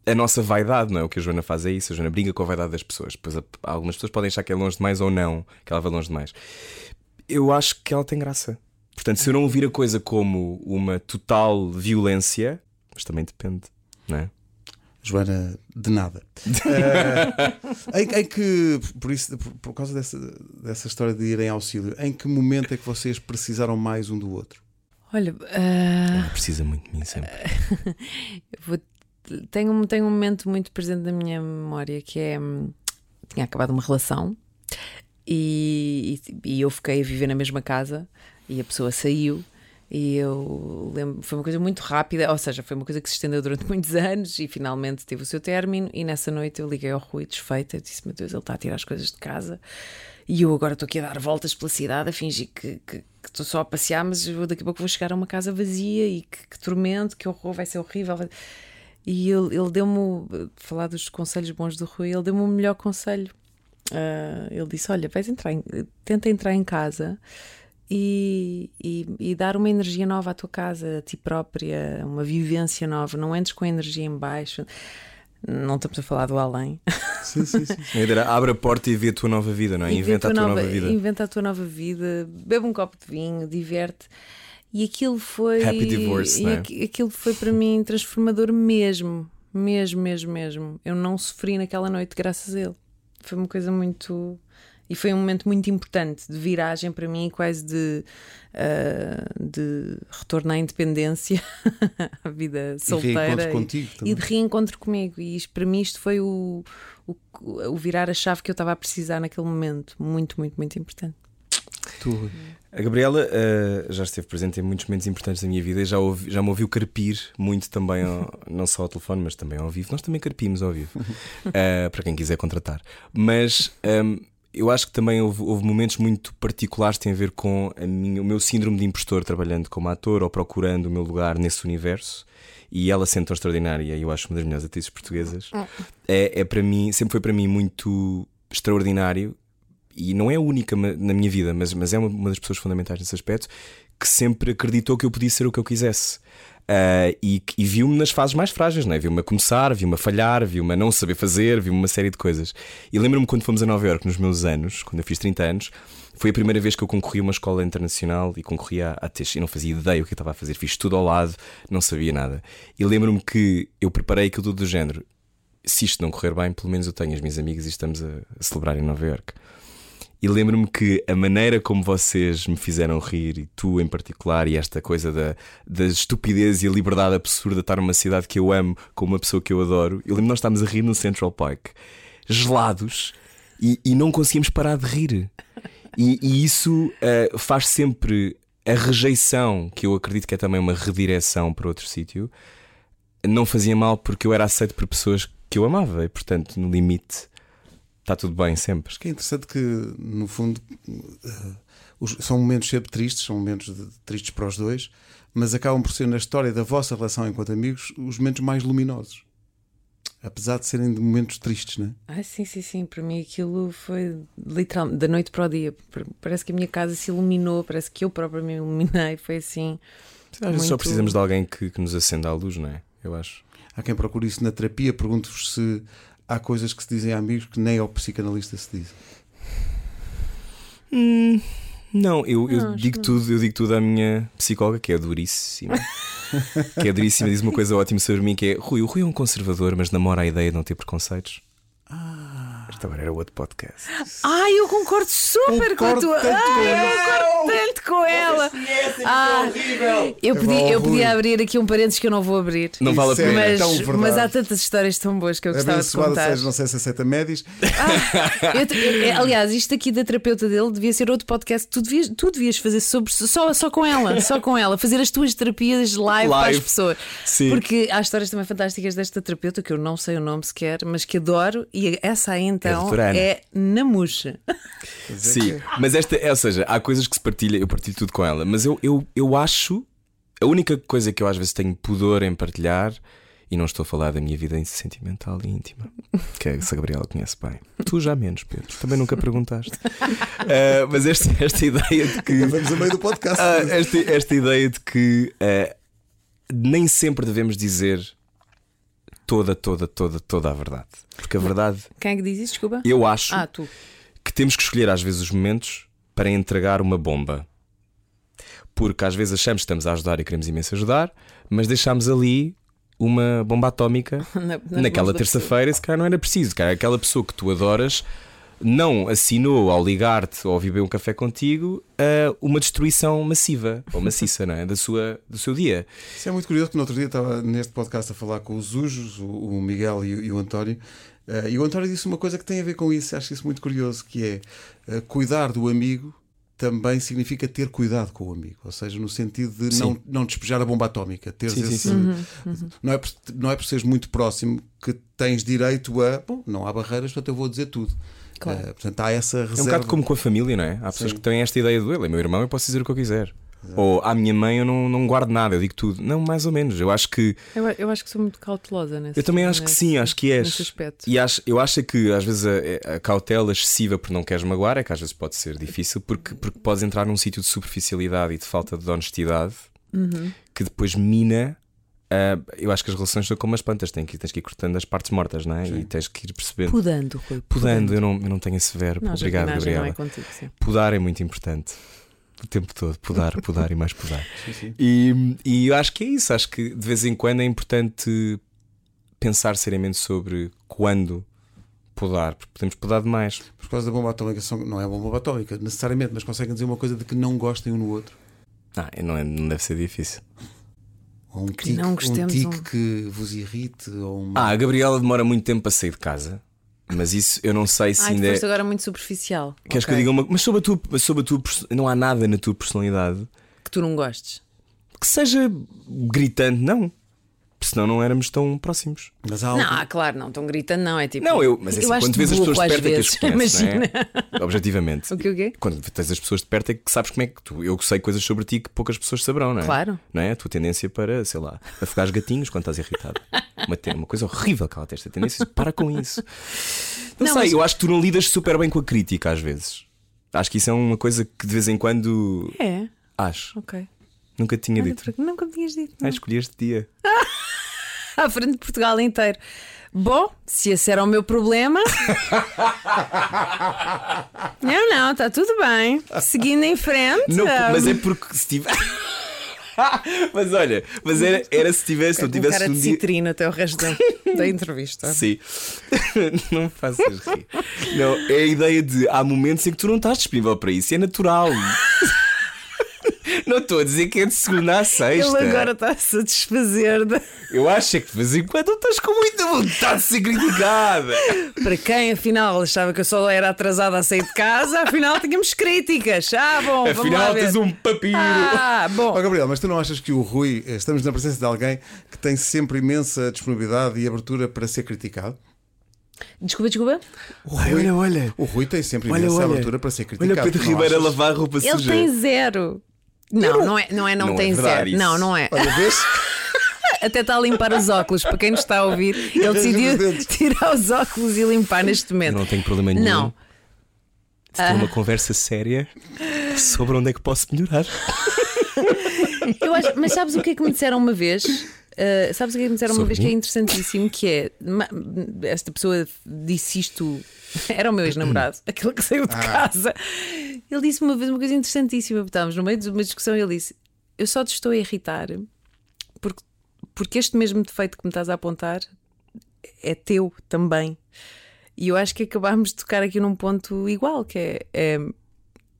C: a nossa vaidade, não é? O que a Joana faz é isso. A Joana brinca com a vaidade das pessoas. Pois a- algumas pessoas podem achar que é longe demais ou não, que ela vai longe demais eu acho que ela tem graça. Portanto, se eu não ouvir a coisa como uma total violência, mas também depende, não é?
A: Joana, de nada. Eh, em, em que, por, isso, por, por causa dessa, dessa história de irem ao auxílio, em que momento é que vocês precisaram mais um do outro?
B: Olha, ah,
C: Ela precisa muito de mim sempre.
B: eu vou- tenho, um- tenho um momento muito presente na minha memória que é. hum, Tinha acabado uma relação e, e- e eu fiquei a viver na mesma casa e a pessoa saiu. E eu lembro, foi uma coisa muito rápida, ou seja, foi uma coisa que se estendeu durante [LAUGHS] muitos anos e finalmente teve o seu término. E nessa noite eu liguei ao Rui, desfeita, eu disse: Meu Deus, ele está a tirar as coisas de casa e eu agora estou aqui a dar voltas pela cidade a fingir que, que, que estou só a passear, mas eu daqui a pouco vou chegar a uma casa vazia e que, que tormento, que horror, vai ser horrível. E ele, ele deu-me, falar dos conselhos bons do Rui, ele deu-me o melhor conselho. Uh, ele disse: Olha, vais entrar em, tenta entrar em casa e, e, e, dar uma energia nova à tua casa, a ti própria, uma vivência nova. Não entres com a energia em baixo. Não estamos a falar do além.
A: Sim, sim, sim.
C: Abre a porta e vê a tua nova vida, não é? Inventa, a tua nova, vida.
B: Inventa a tua nova vida, bebe um copo de vinho, diverte. E aquilo foi.
C: Happy divorce,
B: e
C: não é?
B: Aquilo foi para mim transformador mesmo. Mesmo, mesmo, mesmo. Eu não sofri naquela noite, graças a ele foi uma coisa muito. E foi um momento muito importante de viragem para mim, quase de, uh, de retorno à independência, [LAUGHS] à vida solteira.
A: E reencontro contigo
B: e,
A: também.
B: e de reencontro comigo. E isto, para mim, isto foi o, o, o virar a chave que eu estava a precisar naquele momento. Muito, muito, muito importante.
A: Tu, Rui.
C: A Gabriela uh, já esteve presente em muitos momentos importantes da minha vida e já, ouvi, já me ouviu carpir muito também, ao, não só ao telefone, mas também ao vivo. Nós também carpimos ao vivo, uh, para quem quiser contratar. Mas um, eu acho que também houve, houve, momentos muito particulares que têm a ver com a minha, o meu síndrome de impostor trabalhando como ator ou procurando o meu lugar nesse universo. E ela sendo tão extraordinária, e eu acho uma das melhores atrizes portuguesas, é, é para mim, sempre foi para mim muito extraordinário e não é a única na minha vida, mas, mas é uma, uma, das pessoas fundamentais nesse aspecto, que sempre acreditou que eu podia ser o que eu quisesse. Uh, e, e viu-me nas fases mais frágeis, não é? viu-me a começar, viu-me a falhar, viu-me a não saber fazer, viu-me uma série de coisas. E lembro-me quando fomos a Nova Iorque nos meus anos, quando eu fiz 30 anos, foi a primeira vez que eu concorri a uma escola internacional e concorri à, à TES. E não fazia ideia o que eu estava a fazer, fiz tudo ao lado, não sabia nada. E lembro-me que eu preparei aquilo tudo do género. Se isto não correr bem, pelo menos eu tenho as minhas amigas e estamos a, a celebrar em Nova Iorque. E lembro-me que a maneira como vocês me fizeram rir, e tu em particular, e esta coisa da, da estupidez e a liberdade absurda de estar numa cidade que eu amo com uma pessoa que eu adoro. Eu lembro-me nós estávamos a rir no Central Park, gelados, e, e não conseguíamos parar de rir. E, e isso uh, faz sempre a rejeição, que eu acredito que é também uma redireção para outro sítio, não fazia mal porque eu era aceito por pessoas que eu amava, e portanto, no limite está tudo bem sempre.
A: Acho que é interessante que, no fundo, uh, os, são momentos sempre tristes, são momentos de, tristes para os dois, mas acabam por ser, na história da vossa relação enquanto amigos, os momentos mais luminosos. Apesar de serem de momentos tristes, não é?
B: Ah, sim, sim, sim. Para mim aquilo foi literalmente da noite para o dia. Parece que a minha casa se iluminou, parece que eu própria me iluminei. Foi assim.
C: Às muito... só precisamos de alguém que, que nos acenda a luz, não é? Eu acho.
A: Há quem procure isso na terapia. Pergunto-vos se há coisas que se dizem a amigos que nem ao psicanalista se diz.
C: Hum, não, eu, eu não, digo não. tudo, eu digo tudo à minha psicóloga, que é [LAUGHS] duríssima. que é duríssima, diz uma coisa ótima sobre mim que é Rui, o Rui é um conservador, mas namora a ideia de não ter preconceitos.
A: Ah.
C: Esta agora era outro podcast.
B: Ai, eu concordo super eu com a tua. Ai, eu concordo tanto com ela.
A: é
E: Ah, horrível.
B: Eu podia,
A: bom,
B: eu
A: É Rui.
B: podia abrir aqui um parênteses que eu não vou abrir.
C: Não vale a
A: Isso é
C: pena.
B: Mas,
A: tão verdade.
B: mas há tantas histórias tão boas que eu gostava de
A: Abençoado
B: contar.
A: seja, não sei se aceita médis.
B: Ah, eu te- eu- eu- aliás, isto aqui da terapeuta dele devia ser outro podcast. Tu devias, tu devias fazer sobre só, só com ela, só com ela, fazer as tuas terapias live, para as
C: Live.
B: pessoas.
C: Sim.
B: Porque há histórias também fantásticas desta terapeuta que eu não sei o nome sequer, mas que adoro, e essa aí
C: É a
B: então
C: doutora Ana.
B: é Namuxa.
C: Sim, mas esta, é, ou seja, há coisas que se partilha, eu partilho tudo com ela, mas eu, eu, eu acho a única coisa que eu às vezes tenho pudor em partilhar, e não estou a falar da minha vida sentimental e íntima, que essa Gabriela conhece bem. Tu já menos, Pedro, também nunca perguntaste. Ah, mas esta, esta ideia de que.
A: Vamos a meio do podcast.
C: [LAUGHS] Ah, esta, esta ideia de que ah, nem sempre devemos dizer toda, toda, toda, toda a verdade. Porque a verdade,
B: Quem é que diz isso? Desculpa.
C: eu acho
B: Ah, tu.
C: que temos que escolher às vezes os momentos para entregar uma bomba. Porque às vezes achamos que estamos a ajudar e queremos imenso ajudar, mas deixamos ali uma bomba atómica
B: Na- nas mãos
C: naquela
B: da
C: terça-feira, esse cara não era preciso, cara, aquela pessoa que tu adoras não assinou ao ligar-te ou ao beber um café contigo a uma destruição massiva ou maciça, não é? Da sua, do seu dia.
A: Isso é muito curioso que no outro dia estava neste podcast a falar com os Ujos, o, o Miguel e, o- e o António, eh, e o António disse uma coisa que tem a ver com isso, acho isso muito curioso, que é eh, cuidar do amigo também significa ter cuidado com o amigo, ou seja, no sentido de não,
C: Sim.
A: não despejar a bomba atómica, teres
C: Sim, sim, Uhum,
A: esse-
C: sim.
A: Não, é por, não é por seres muito próximo que tens direito a bom, não há barreiras, portanto eu vou dizer tudo.
B: Claro.
A: Eh, portanto, há essa
C: É
A: reserva.
C: um bocado como com a família, não é? Há pessoas que têm esta ideia de ele é meu irmão, eu posso dizer o que eu quiser. Ou à minha mãe eu não, não guardo nada, eu digo tudo. Não, mais ou menos. Eu acho que.
B: Eu, eu acho que sou muito cautelosa nesse tipo
C: Eu também acho que
B: nesse-
C: sim, acho que
B: né? Nesse
C: és.
B: aspecto.
C: E acho, eu acho que às vezes a, a cautela excessiva por não queres magoar é que às vezes pode ser difícil porque, porque podes entrar num sítio de superficialidade e de falta de honestidade
B: Uhum.
C: que depois mina. ah, eu acho que as relações são como as plantas, tens que, tens que ir cortando as partes mortas, não é? E tens que ir percebendo.
B: Podando, Rui.
C: Podando, eu não, eu não tenho esse verbo.
B: Não,
C: Obrigado,
B: jardinagem
C: Gabriela.
B: Não é contigo, sim.
C: Podar é muito importante. O tempo todo, podar, podar e mais podar. E, e eu acho que é isso. Acho que de vez em quando é importante pensar seriamente sobre quando podar, porque podemos podar demais.
A: Por causa da bomba atómica, são- não é bomba atómica necessariamente, mas conseguem dizer uma coisa de que não gostem um no outro.
C: Ah, não, é- não deve ser difícil.
A: Ou um tique,
B: não
A: um
B: gostemos,
A: tique
B: um-
A: que vos irrite, ou uma.
C: Ah, a Gabriela demora muito tempo para sair de casa, mas isso eu não sei se
B: Ai,
C: ainda é.
B: depois agora muito superficial.
C: Queres que eu
B: Ok.
C: diga uma Mas sobre a tua, sobre a tua perso- não há nada na tua personalidade
B: Que tu não gostes.
C: que seja gritante, não. Senão não éramos tão próximos.
A: Mas há
B: Não,
A: algo-
B: ah, claro, não. Estão gritando, não. É tipo.
C: Não, eu, mas é assim,
B: acho
C: quando vês as
B: bloco
C: pessoas de
B: às
C: perto é que as
B: vezes. [LAUGHS]
C: conheces, não
B: Imagina.
C: é? Objetivamente.
B: O quê, o quê?
C: Quando tens as pessoas de perto é que sabes como é que tu. Eu sei coisas sobre ti que poucas pessoas saberão, não é?
B: Claro.
C: Não é? A tua tendência para, sei lá, afogar gatinhos quando
B: [LAUGHS]
C: estás irritado. Uma, te- uma coisa horrível que ela tem esta tendência. Para com isso. Não,
B: Não,
C: sei,
B: mas-
C: eu acho que tu não lidas super bem com a crítica às vezes. Acho que isso é uma coisa que de vez em quando.
B: É,
C: Acho.
B: ok.
C: Nunca tinha
B: Olha,
C: dito.
B: porque Nunca me tinhas dito.
C: Ah,
B: não.
C: escolhi este
B: [LAUGHS]
C: dia.
B: à frente de Portugal inteiro. Bom, se esse era o meu
C: [LAUGHS]
B: problema. não, não, está tudo bem. Seguindo em frente.
C: Não,
B: ah,
C: mas é porque se tiver. [LAUGHS] mas olha, mas era, era se tivesse, não
B: um
C: tivesse
B: cara
C: um
B: de
C: dia.
B: citrina até o resto da,
C: [LAUGHS]
B: da entrevista.
C: Sim. não me faças rir. Não, é a ideia de há momentos em que tu não estás disponível para isso, é natural. [LAUGHS] não estou a dizer que é de segunda a sexta.
B: Ele agora está-se a desfazer de-
C: Eu acho é que de vez em quando estás com muita vontade de ser criticada.
B: Para quem, afinal, achava que eu só era atrasada a sair de casa, afinal tínhamos críticas. Ah, bom, vamos lá
C: Afinal,
B: ver.
C: tens um papiro.
B: Ah,
A: Ó
B: bom.
A: Gabriel, mas tu não achas que o Rui, eh, estamos na presença de alguém que tem sempre imensa disponibilidade e abertura para ser criticado?
B: Desculpa, desculpa.
A: O
C: Ai, olha, olha.
A: O Rui tem sempre
C: Olha,
A: imensa
C: olha.
A: abertura para ser criticado.
C: Olha Pedro
A: tu não
C: Ribeiro a
A: achas?
C: lavar a roupa
B: Ele
C: suja.
B: tem zero. Não, não é, não é não,
C: Não é
B: tem
C: verdade
B: zero.
C: isso.
B: Não, não é.
A: Olha, vês?
B: [LAUGHS] Até está a limpar os óculos. Para quem nos está a ouvir, ele
A: os
B: decidiu
A: dentes.
B: tirar os óculos e limpar neste
C: Eu
B: momento.
C: não tenho problema nenhum.
B: Não.
C: de ter
B: Ah.
C: uma conversa séria sobre onde é que posso melhorar.
B: Eu acho- mas sabes o que é que me disseram uma vez? Uh, sabes o que é que me disseram uma
C: Sobre
B: vez que é
C: mim?
B: interessantíssimo? Que é ma- esta pessoa disse isto, [LAUGHS] era o meu
C: Hum.
B: ex-namorado, aquele que saiu
C: Ah.
B: de casa. Ele disse uma vez uma coisa interessantíssima. Estávamos no meio de uma discussão e ele disse: Eu só te estou a irritar porque, porque este mesmo defeito que me estás a apontar é teu também. E eu acho que acabámos de tocar aqui num ponto igual, que é. é,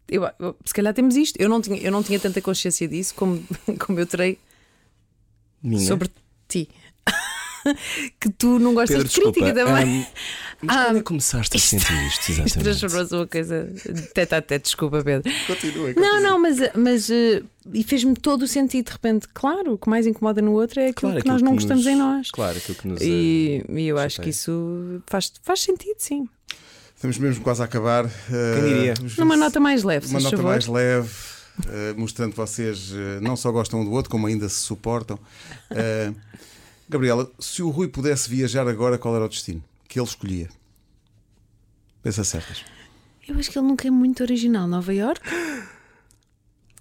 B: eu- eu- se calhar temos isto. Eu não tinha, eu não tinha tanta consciência disso como, [LAUGHS] como eu terei
C: Minha.
B: sobre ti. [LAUGHS] que tu não gostas
C: Pedro,
B: de crítica
C: desculpa,
B: também. Ah,
C: ahm, mas quando é que começaste a sentir isto,
B: [LAUGHS] Isto
C: exatamente?
B: transformou-se uma coisa tete a tete, desculpa, Pedro.
A: Continua, continua.
B: Não, não, mas, mas eh, e fez-me todo o sentido de repente. Claro, o que mais incomoda no outro é aquilo que
C: aquilo
B: nós não
C: que
B: gostamos
C: nos-
B: em nós.
C: Claro, eh, aquilo que nos.
B: E, e eu acho
C: chateia.
B: que isso faz, faz sentido, sim.
A: Estamos mesmo quase a acabar. eh, Quem
C: diria?
B: Numa nota mais leve,
A: Uma
B: se
A: nota
B: favor.
A: mais leve, eh, mostrando que vocês eh, não só gostam um do outro, como ainda se suportam. Eh, Gabriela, se o Rui pudesse viajar agora, qual era o destino que ele escolhia? Pensa certas.
B: Eu acho que ele nunca é muito original. Nova York?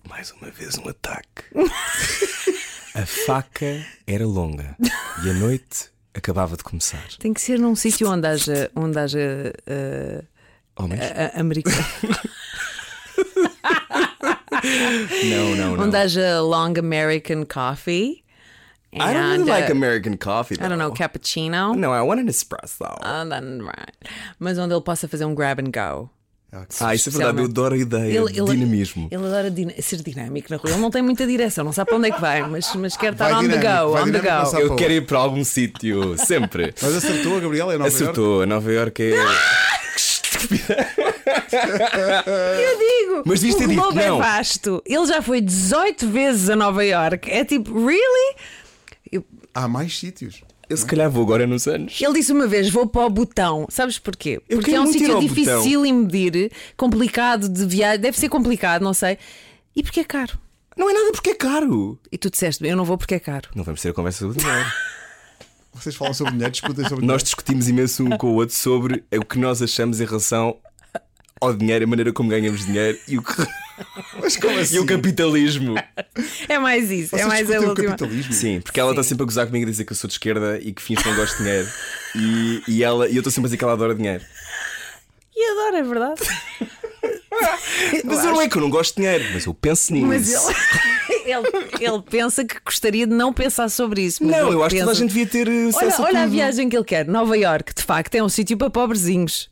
C: Mais uma vez um ataque. [LAUGHS] a faca era longa e a noite acabava de começar.
B: Tem que ser num sítio onde haja, onde haja eh,
C: Homens?
B: a- a- americano.
C: Não, [LAUGHS] não, não.
B: onde é haja long American coffee.
C: I don't really
B: and,
C: like
B: uh,
C: American coffee.
B: I don't know, Ah, cappuccino.
C: No, I want an espresso.
B: And then, right. Mas onde ele possa fazer um grab and go.
C: ah, isso é verdade, eu
B: especialmente.
C: adoro a ideia de dinamismo.
B: Ele adora din- ser dinâmico na rua. Ele não tem muita direção, não sabe para onde é que vai, mas, mas quer estar
A: Vai
B: on the
A: dinâmico,
B: go.
A: vai
B: On the
A: dinâmico, não
B: go.
A: sabe.
C: Eu quero ir para algum sítio, sempre.
B: [LAUGHS]
A: Mas acertou a Gabriela em Nova Iorque?
C: Acertou, Nova York é.
B: Eu digo,
C: Mas devias ter
B: o
C: dito,
B: globo
C: não.
B: é vasto. Ele já foi 18 vezes a Nova York. É tipo, really?
A: Há mais sítios.
C: Eu se calhar vou agora nos anos.
B: Ele disse uma vez: vou para o botão. Sabes porquê?
C: Eu
B: Porque
C: quero
B: é um
C: muito ir
B: sítio
C: ao
B: difícil em medir, complicado de viagem, deve ser complicado, não sei. E porque é caro.
C: Não é nada porque é caro.
B: E tu disseste: eu não vou porque é caro.
C: Não vamos ter a conversa do dinheiro.
A: Vocês falam sobre dinheiro, discutem sobre
C: nós
A: dinheiro.
C: discutimos imenso um com o outro sobre o que nós achamos em relação ao dinheiro, a maneira como ganhamos dinheiro e o, que-
A: Mas como assim?
C: e o capitalismo.
B: É mais isso,
A: Vocês
B: é mais a
A: discutem o
B: última.
A: capitalismo?
C: Sim, porque ela está sempre a gozar comigo a dizer que eu sou de esquerda e que finge que não gosto de dinheiro. E, e ela, e eu estou sempre a dizer que ela adora dinheiro.
B: E adoro, é
C: [LAUGHS]
B: verdade.
C: Mas eu não é que eu não gosto de dinheiro, mas eu penso nisso.
B: Mas ele, [LAUGHS] ele, ele pensa que gostaria de não pensar sobre isso. mas
C: Não,
B: ele
C: eu acho que toda a
B: pensa-
C: gente devia ter eh,
B: Olha,
C: acesso a
B: olha a
C: tudo.
B: viagem que ele quer. Nova York, de facto, é um sítio para pobrezinhos.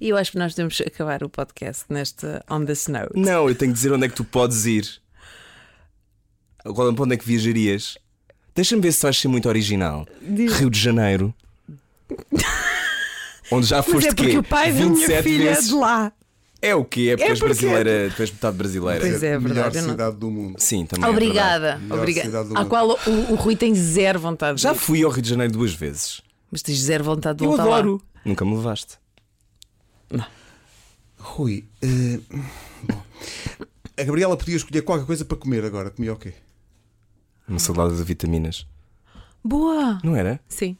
B: E eu acho que nós devemos acabar o podcast neste On the Snow.
C: Não, eu tenho que dizer onde é que tu podes ir. Agora, para onde é que viajarias? Deixa-me ver se tu vais ser muito original. Rio
B: [LAUGHS]
C: de Janeiro. onde já
B: Mas
C: foste
B: é porque
C: quê?
B: o pai da minha
C: 27
B: filha
C: vezes.
B: é de lá.
C: É o quê? É porque
B: É
C: és
B: porque-
C: brasileira, tu és metade brasileira.
B: Pois é, é
A: melhor
B: verdade, eu não-
A: cidade do mundo.
C: Sim, também. é verdade.
B: Obrigada.
A: Melhor cidade do
B: Obrigada. Ao
A: mundo.
B: qual o, o Rui tem zero vontade de
C: Já
B: ir.
C: fui ao Rio de Janeiro duas vezes.
B: Mas tens zero vontade de
C: Eu
B: voltar
C: adoro.
B: lá.
C: Nunca me levaste.
A: Rui, eh, bom. a Gabriela podia escolher qualquer coisa para comer agora. Comia o quê?
C: Uma salada de vitaminas.
B: Boa.
C: Não era?
B: Sim.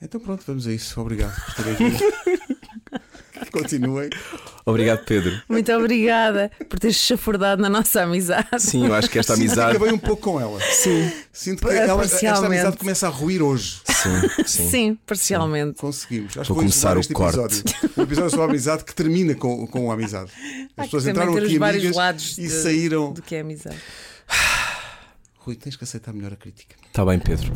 A: Então pronto, vamos a isso. Obrigado por terem vindo. [LAUGHS] Continuem.
C: Obrigado, Pedro. [LAUGHS]
B: Muito obrigada por teres chafurdado na nossa amizade.
C: Sim, eu acho que esta
A: Sinto que
C: amizade.
A: acabei um pouco com ela. Sim. Sinto que
B: Pa-
A: ela, esta
B: parcialmente.
A: amizade começa a ruir hoje.
C: Sim, sim.
B: Sim, parcialmente.
A: Conseguimos. Acho
C: Vou
A: que encerrar
C: começar o
A: este
C: corte.
A: episódio. O episódio sobre a amizade que termina com, com a amizade. As
B: Há que
A: pessoas
B: também
A: entraram
B: ter os
A: aqui
B: vários
A: amigas
B: lados
A: e
B: de-
A: saíram.
B: Do que é amizade.
A: Rui, tens que aceitar melhor a crítica.
C: Está Tá bem, Pedro.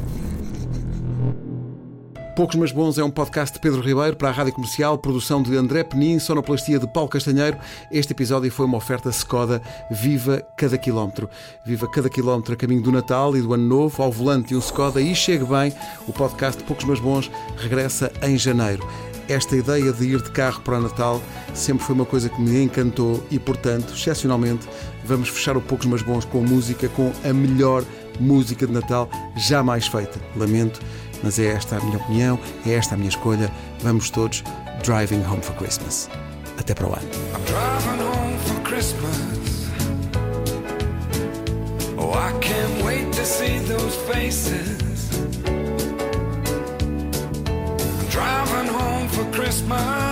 A: Poucos Mas Bons é um podcast de Pedro Ribeiro para a Rádio Comercial, produção de André Penin, sonoplastia de Paulo Castanheiro. Este episódio foi uma oferta Skoda Viva Cada Quilómetro. Viva Cada Quilómetro a caminho do Natal e do Ano Novo, ao volante de um Skoda e chegue bem. O podcast de Poucos Mas Bons regressa em janeiro. Esta ideia de ir de carro para o Natal sempre foi uma coisa que me encantou e, portanto, excepcionalmente, vamos fechar o Poucos Mas Bons com música, com a melhor música de Natal jamais feita. Lamento mas é esta a minha opinião, é esta a minha escolha. Vamos todos driving home for Christmas. Até para o ano.
F: Driving home for Christmas. Oh, I can't wait to see those faces. I'm driving home for Christmas.